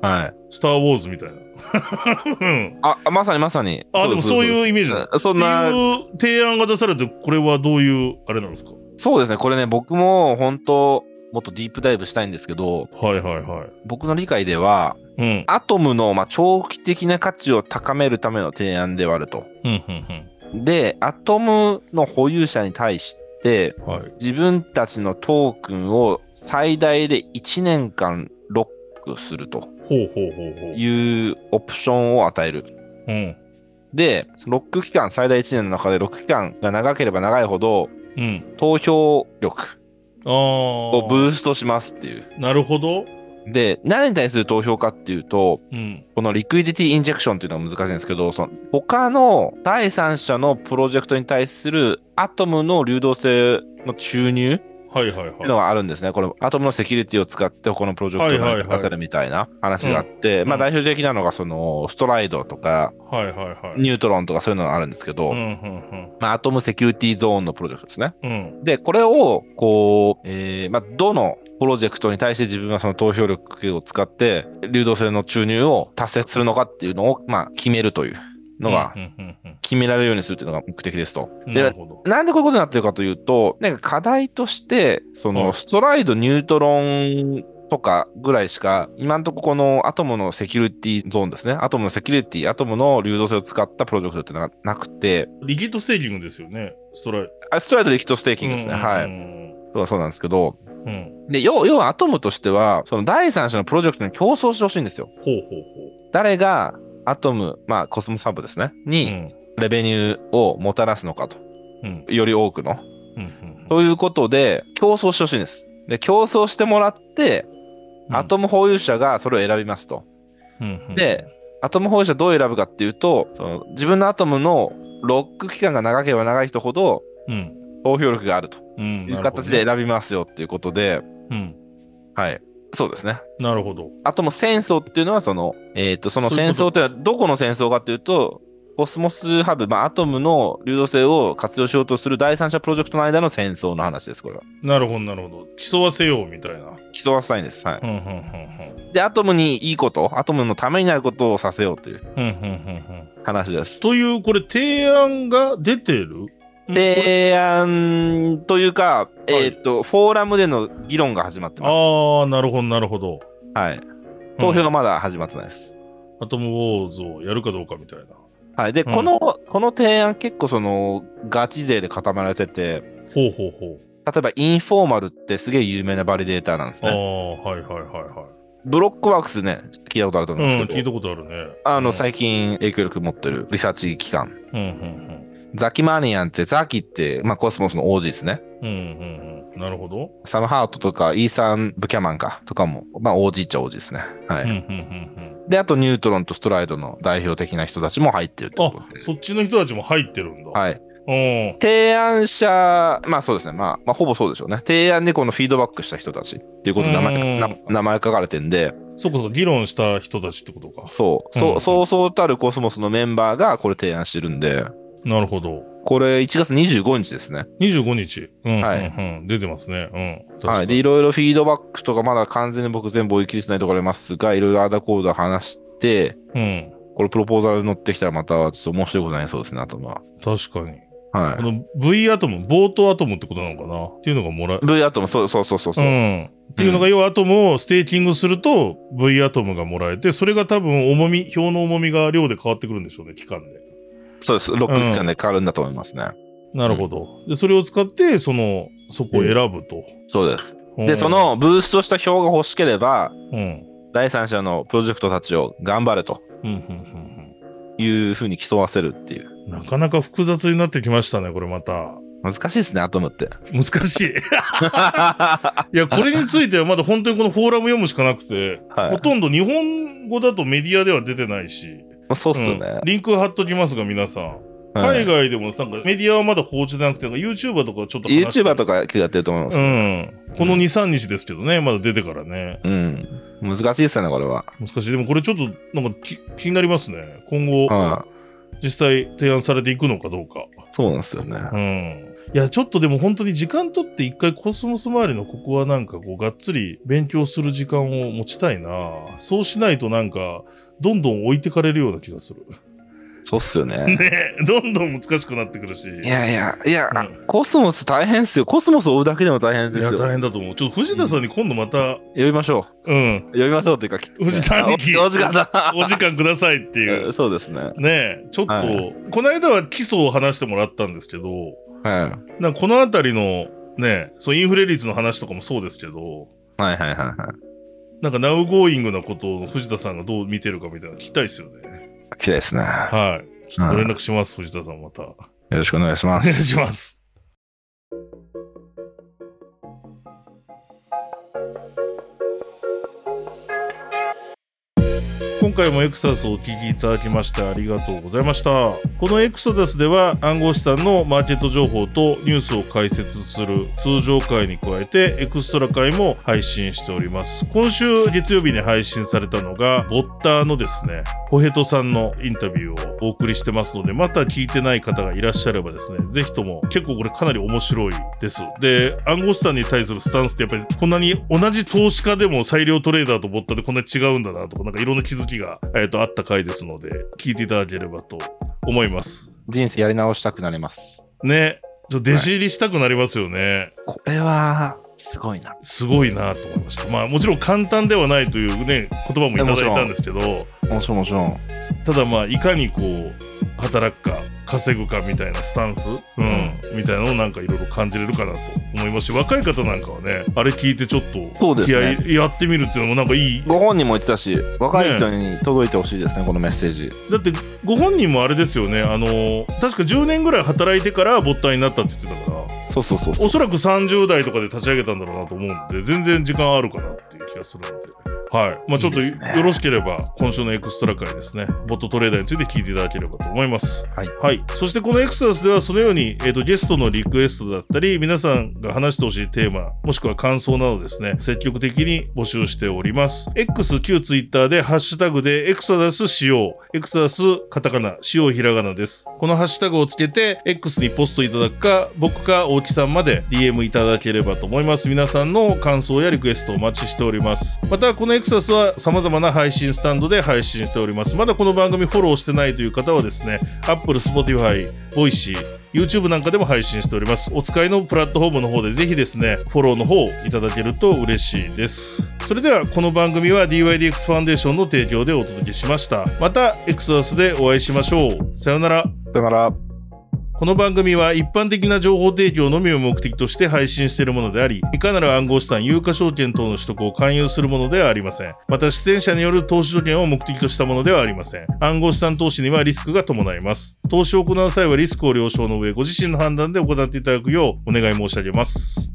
Speaker 2: はい。
Speaker 1: スター・ウォーズみたいな。 うん
Speaker 2: あ、あまさにまさに。
Speaker 1: あ、でもそういうイメージだ。っ
Speaker 2: そ
Speaker 1: て
Speaker 2: んな
Speaker 1: いう提案が出されて、これはどういう、あれなんですか
Speaker 2: そうですね、これね、僕も本当、もっとディープダイブしたいんですけど、
Speaker 1: はいはいはい。
Speaker 2: 僕の理解では、
Speaker 1: うん。
Speaker 2: アトムのまあ長期的な価値を高めるための提案ではあると。
Speaker 1: うん、うん、
Speaker 2: で、アトムの保有者に対して、
Speaker 1: うん。はい。
Speaker 2: 自分たちのトークンを最大で1年間ロックすると
Speaker 1: ほうほうほうほう。
Speaker 2: いうオプションを与える。
Speaker 1: うん。
Speaker 2: で、そのロック期間、最大1年の中でロック期間が長ければ長いほど、
Speaker 1: うん。
Speaker 2: 投票力
Speaker 1: あ
Speaker 2: を
Speaker 1: ー。
Speaker 2: ブーストしますっていう。
Speaker 1: なるほど。
Speaker 2: で、何に対する投票かっていうと、
Speaker 1: うん。
Speaker 2: このリクイディティインジェクションっていうのは難しいんですけど、その他の第三者のプロジェクトに対するアトムの流動性の注入って
Speaker 1: はいはい
Speaker 2: いうの
Speaker 1: は
Speaker 2: があるんですね。これ、アトムのセキュリティを使って他のプロジェク
Speaker 1: はいはい
Speaker 2: ト
Speaker 1: は
Speaker 2: に
Speaker 1: い
Speaker 2: 出せるみたいな話があって、
Speaker 1: うん
Speaker 2: まあ代表的なのがそのストライドとか
Speaker 1: い。はいはいはい。
Speaker 2: ニュートロンとかそういうのがあるんですけど、
Speaker 1: うん、うん、
Speaker 2: まあアトムセキュリティゾーンのプロジェクトですね。
Speaker 1: うん。うん。
Speaker 2: で、これを、こう、えーまあ、どのプロジェクトに対して自分がその投票力を使って、流動性の注入を達成するのかっていうのを、まあ、決めるというのが
Speaker 1: う、んうんうん
Speaker 2: 決められるようにするというのが目的ですと。
Speaker 1: うん、
Speaker 2: で
Speaker 1: なるほど。
Speaker 2: なんでこういうことになってるかというと、なんか課題として、そ
Speaker 1: うん
Speaker 2: の、ストライド、ニュートロン、とかぐらいしか、今んとここのアトムのセキュリティゾーンですね。アトムのセキュリティ、アトムの流動性を使ったプロジェクトっていうのがなくて、
Speaker 1: リキッドステーキングですよね。ストライ
Speaker 2: あストライドでキットステーキングですね。
Speaker 1: うん
Speaker 2: は
Speaker 1: う
Speaker 2: い。
Speaker 1: ん
Speaker 2: そうそうなんですけど、
Speaker 1: うんうん。
Speaker 2: で要要はアトムとしてはその第三者のプロジェクトに競争してほしいんですよ。
Speaker 1: ほうほう
Speaker 2: 誰がアトム、まあ、コスモサブですね、
Speaker 1: ほう。う
Speaker 2: に
Speaker 1: ん。
Speaker 2: レベニューをもたらすのかと、
Speaker 1: うん。
Speaker 2: より多くの。
Speaker 1: うんうん
Speaker 2: ということで、競争してほしいんです。で、競争してもらって、
Speaker 1: うん
Speaker 2: アトム保有者がそれを選びますと。
Speaker 1: うんうん
Speaker 2: で、アトム保有者どう選ぶかっていうと、その自分のアトムのロック期間が長ければ長い人ほど
Speaker 1: うん。
Speaker 2: 投票力があると
Speaker 1: うん。
Speaker 2: いう形で選びますよっていうこと
Speaker 1: な
Speaker 2: で、
Speaker 1: るほどね。
Speaker 2: はい、そうですね。
Speaker 1: うん。なるほど。
Speaker 2: あともう戦争っていうのはその、えー、とその
Speaker 1: そうい
Speaker 2: 戦
Speaker 1: うこと
Speaker 2: 争っていうのはどこの戦争かっていうとコスモスハブ、まあ、アトムの流動性を活用しようとする第三者プロジェクトの間の戦争の話ですこれは
Speaker 1: なるほど、なるほど。競わせようみたいな。
Speaker 2: 競わせたいんです、は
Speaker 1: う
Speaker 2: い、
Speaker 1: んうんうん
Speaker 2: でアトムにいいことアトムのためになることをさせようという
Speaker 1: うん。うんうんうんうん。
Speaker 2: 話です
Speaker 1: という、これ、提案が出てる
Speaker 2: 提案というか、
Speaker 1: い
Speaker 2: えー、とフォーラムでの議論が始まってます、
Speaker 1: ああ、なるほど、なるほど。
Speaker 2: はい、投票
Speaker 1: うん
Speaker 2: がまだ始まってないです、
Speaker 1: アトムウォーズをやるかどうかみたいな。
Speaker 2: はい、で、
Speaker 1: うん
Speaker 2: このこの提案結構そのガチ勢で固められてて
Speaker 1: ほうほうほう。
Speaker 2: 例えばインフォーマルってすげえ有名なバリデーターなんです
Speaker 1: あ
Speaker 2: ね。
Speaker 1: あ、はいはいはい
Speaker 2: ブロックワークスね、聞いたことあると思うん
Speaker 1: はい。う
Speaker 2: で
Speaker 1: ん、
Speaker 2: す
Speaker 1: 聞
Speaker 2: け
Speaker 1: い
Speaker 2: ど、
Speaker 1: たことあるね。
Speaker 2: あ
Speaker 1: う
Speaker 2: の、
Speaker 1: ん
Speaker 2: 最近影響力持ってるリサーチ機関、
Speaker 1: うんうん
Speaker 2: ザキマニアンって、ザキって、まあ、コスモスの王子ですね。
Speaker 1: うん。うんうんうん。なるほど。
Speaker 2: サムハートとか、イーサン・ブキャマンか、とかも、まあ、王子っちゃ王子ですね。は
Speaker 1: うん
Speaker 2: い。
Speaker 1: うんうんうん。
Speaker 2: で、あと、ニュートロンとストライドの代表的な人たちも入ってるって
Speaker 1: あ
Speaker 2: こ、とで。
Speaker 1: そっちの人たちも入ってるんだ。
Speaker 2: はい。
Speaker 1: うん。
Speaker 2: 提案者、まあそうですね。まあ、まあ、ほぼそうでしょうね。提案でこのフィードバックした人たちっていうことで名
Speaker 1: うん
Speaker 2: 前な名前書かれてんで、
Speaker 1: そっかそっか、議論した人たちってことか。
Speaker 2: そう、
Speaker 1: うん
Speaker 2: そう、そうそうたるコスモスのメンバーがこれ提案してるんで、
Speaker 1: なるほど。
Speaker 2: これ1月25日ですね。
Speaker 1: 25日。うん、
Speaker 2: はい
Speaker 1: うんうん。出てますね。うん。確かに。
Speaker 2: はい。で、いろいろフィードバックとか、まだ完全に僕全部追い切れてないところありますが、いろいろアダコード話して、
Speaker 1: うん。
Speaker 2: これプロポーザル乗ってきたらまたちょっと面白いことになりそうですね、あとは。
Speaker 1: 確かに。
Speaker 2: は
Speaker 1: この V アトム、ボートアトムってことなのかなっていうのがもらえ
Speaker 2: い。V アトム、そうそうそうそうそうう、
Speaker 1: ん。っていうのが、要はアトムをステーキングすると、V アトムがもらえて、それが多分重み、表の重みが量で変わってくるんでしょうね、期間で。
Speaker 2: そうです。ロック期間で変わるんだと思いますね。
Speaker 1: なるほど。で、それを使って、その、そこを選ぶと。
Speaker 2: そうです。
Speaker 1: うん
Speaker 2: で、そ、のブーストした票が欲しければ、
Speaker 1: うん。
Speaker 2: 第三者のプロジェクトたちを頑張れと
Speaker 1: うん、うん、うん
Speaker 2: いうふうに競わせるっていう。
Speaker 1: うん。なかなか複雑になってきましたね、これまた。
Speaker 2: 難しいですね、アト ムって。
Speaker 1: 難しい。いや、これについてはまだ本当にこのフォーラム読むしかなくて、
Speaker 2: はい
Speaker 1: ほとんど日本語だとメディアでは出てないし、
Speaker 2: まあそうっすよ
Speaker 1: うん
Speaker 2: ね。
Speaker 1: リンク貼っときますが、皆さん。
Speaker 2: はい
Speaker 1: 海外でもなんかメディアはまだ報じてなくて、なんか YouTuber とかちょっと話して
Speaker 2: YouTuber とか結構やってると思います。
Speaker 1: うん。この2、3日ですけどね、まだ出てからね。
Speaker 2: うん。難しいですね、これは。
Speaker 1: 難しい。でもこれちょっと、なんかき気になりますね。今後、
Speaker 2: う
Speaker 1: 実際提案されていくのかどうか。
Speaker 2: ん。そうなんですよね。
Speaker 1: うん。いや、ちょっとでも本当に時間取って一回コスモス周りのここはなんかこう、がっつり勉強する時間を持ちたいなそうしないとなんか、どんどん置いてかれるような気がす る。
Speaker 2: そうっすよね。
Speaker 1: ねどんどん難しくなってくるし。
Speaker 2: いやいや、いや、
Speaker 1: うん
Speaker 2: コスモス大変ですよ。コスモスを追うだけでも大変
Speaker 1: い
Speaker 2: です
Speaker 1: や
Speaker 2: よ。
Speaker 1: 大変だと思う。ちょっと藤田さんに今度また、
Speaker 2: 呼びましょ
Speaker 1: うん、
Speaker 2: う。呼びましょうっていうか、き
Speaker 1: 藤田兄貴
Speaker 2: おお時間だ。。
Speaker 1: お時間くださいっていう
Speaker 2: そうですね。
Speaker 1: ねえ、ちょっと、
Speaker 2: は
Speaker 1: この間は基礎を話してもらったんですけど、
Speaker 2: はい。
Speaker 1: なんかこのあたりの、ね、そうインフレ率の話とかもそうですけど、
Speaker 2: はいはいはいはい。
Speaker 1: なんかナウゴーイングなことを藤田さんがどう見てるかみたいなの聞きたいですよね。
Speaker 2: 綺麗ですね。よ
Speaker 1: はい。ちょっとご連絡します、藤田さんまた。お
Speaker 2: ろしくお願いしま
Speaker 1: 願い
Speaker 2: す。
Speaker 1: します。今回もエクサスをお聞きいただきましてありがとうございましたこのエクソダスでは暗号資産のマーケット情報とニュースを解説する通常回に加えてエクストラ回も配信しております今週月曜日に配信されたのがボッターのですねホヘトさんのインタビューをお送りしてますのでまた聞いてない方がいらっしゃればですねぜひとも結構これかなり面白いですで暗号資産に対するスタンスってやっぱりこんなに同じ投資家でも裁量トレーダーとボッタでこんなに違うんだなとかなんかいろんな気づきが、えー、とあった回ですので聞いていただければと思います
Speaker 2: 人生やり直したくなります。
Speaker 1: ねちょっと弟子入りしたくなりますよね、
Speaker 2: これは、すごいな。
Speaker 1: すごいなと思いましたまあもちろん簡単ではないというね言葉もいただいたんですけど
Speaker 2: もちろんもちろん。
Speaker 1: ただまあいかにこう働くか稼ぐかみたいなスタンス、うんみたいなのをなんかいろいろ感じれるかなと思いますし若い方なんかはねあれ聞いてちょっ
Speaker 2: そ
Speaker 1: と
Speaker 2: うです
Speaker 1: 気合
Speaker 2: ね
Speaker 1: いやってみるっていうのもなんかいい
Speaker 2: ご本人も言ってたし、若い人に届いてほしいですね、このメッセージ。
Speaker 1: だってご本人もあれですよねあの確か10年ぐらい働いてからボッタンになったって言ってたから
Speaker 2: そうそうそうそう
Speaker 1: お。そらく30代とかで立ち上げたんだろうなと思うんで全然時間あるかなっていう気がするので。はい。まあちょっと
Speaker 2: い
Speaker 1: い
Speaker 2: いですね
Speaker 1: よろしければ、今週のエクストラ回ですね、ボットトレーダーについて聞いていただければと思います。
Speaker 2: はい。
Speaker 1: はい。そしてこのエクサスではそのように、えっ、と、ゲストのリクエストだったり、皆さんが話してほしいテーマ、もしくは感想などですね、積極的に募集しております。X、旧 Twitter でハッシュタグでエクサダス使用、エクサダスカタカナ、使用ひらがなです。このハッシュタグをつけて、X にポストいただくか、僕か大木さんまで DM いただければと思います。皆さんの感想やリクエストをお待ちしております。また、このエクサスは様々な配信スタンドで配信しております。まだこの番組フォローしてないという方はですね、Apple、Spotify、Voicy、YouTube なんかでも配信しております。お使いのプラットフォームの方でぜひですね、フォローの方をいただけると嬉しいです。それではこの番組は DYDX ファンデーションの提供でお届けしました。またエクソダスでお会いしましょう。さようなら。
Speaker 2: だから、
Speaker 1: この番組は一般的な情報提供のみを目的として配信しているものであり、いかなる暗号資産、有価証券等の取得を勧誘するものではありません。また、出演者による投資条件を目的としたものではありません。暗号資産投資にはリスクが伴います。投資を行う際はリスクを了承の上、ご自身の判断で行っていただくようお願い申し上げます。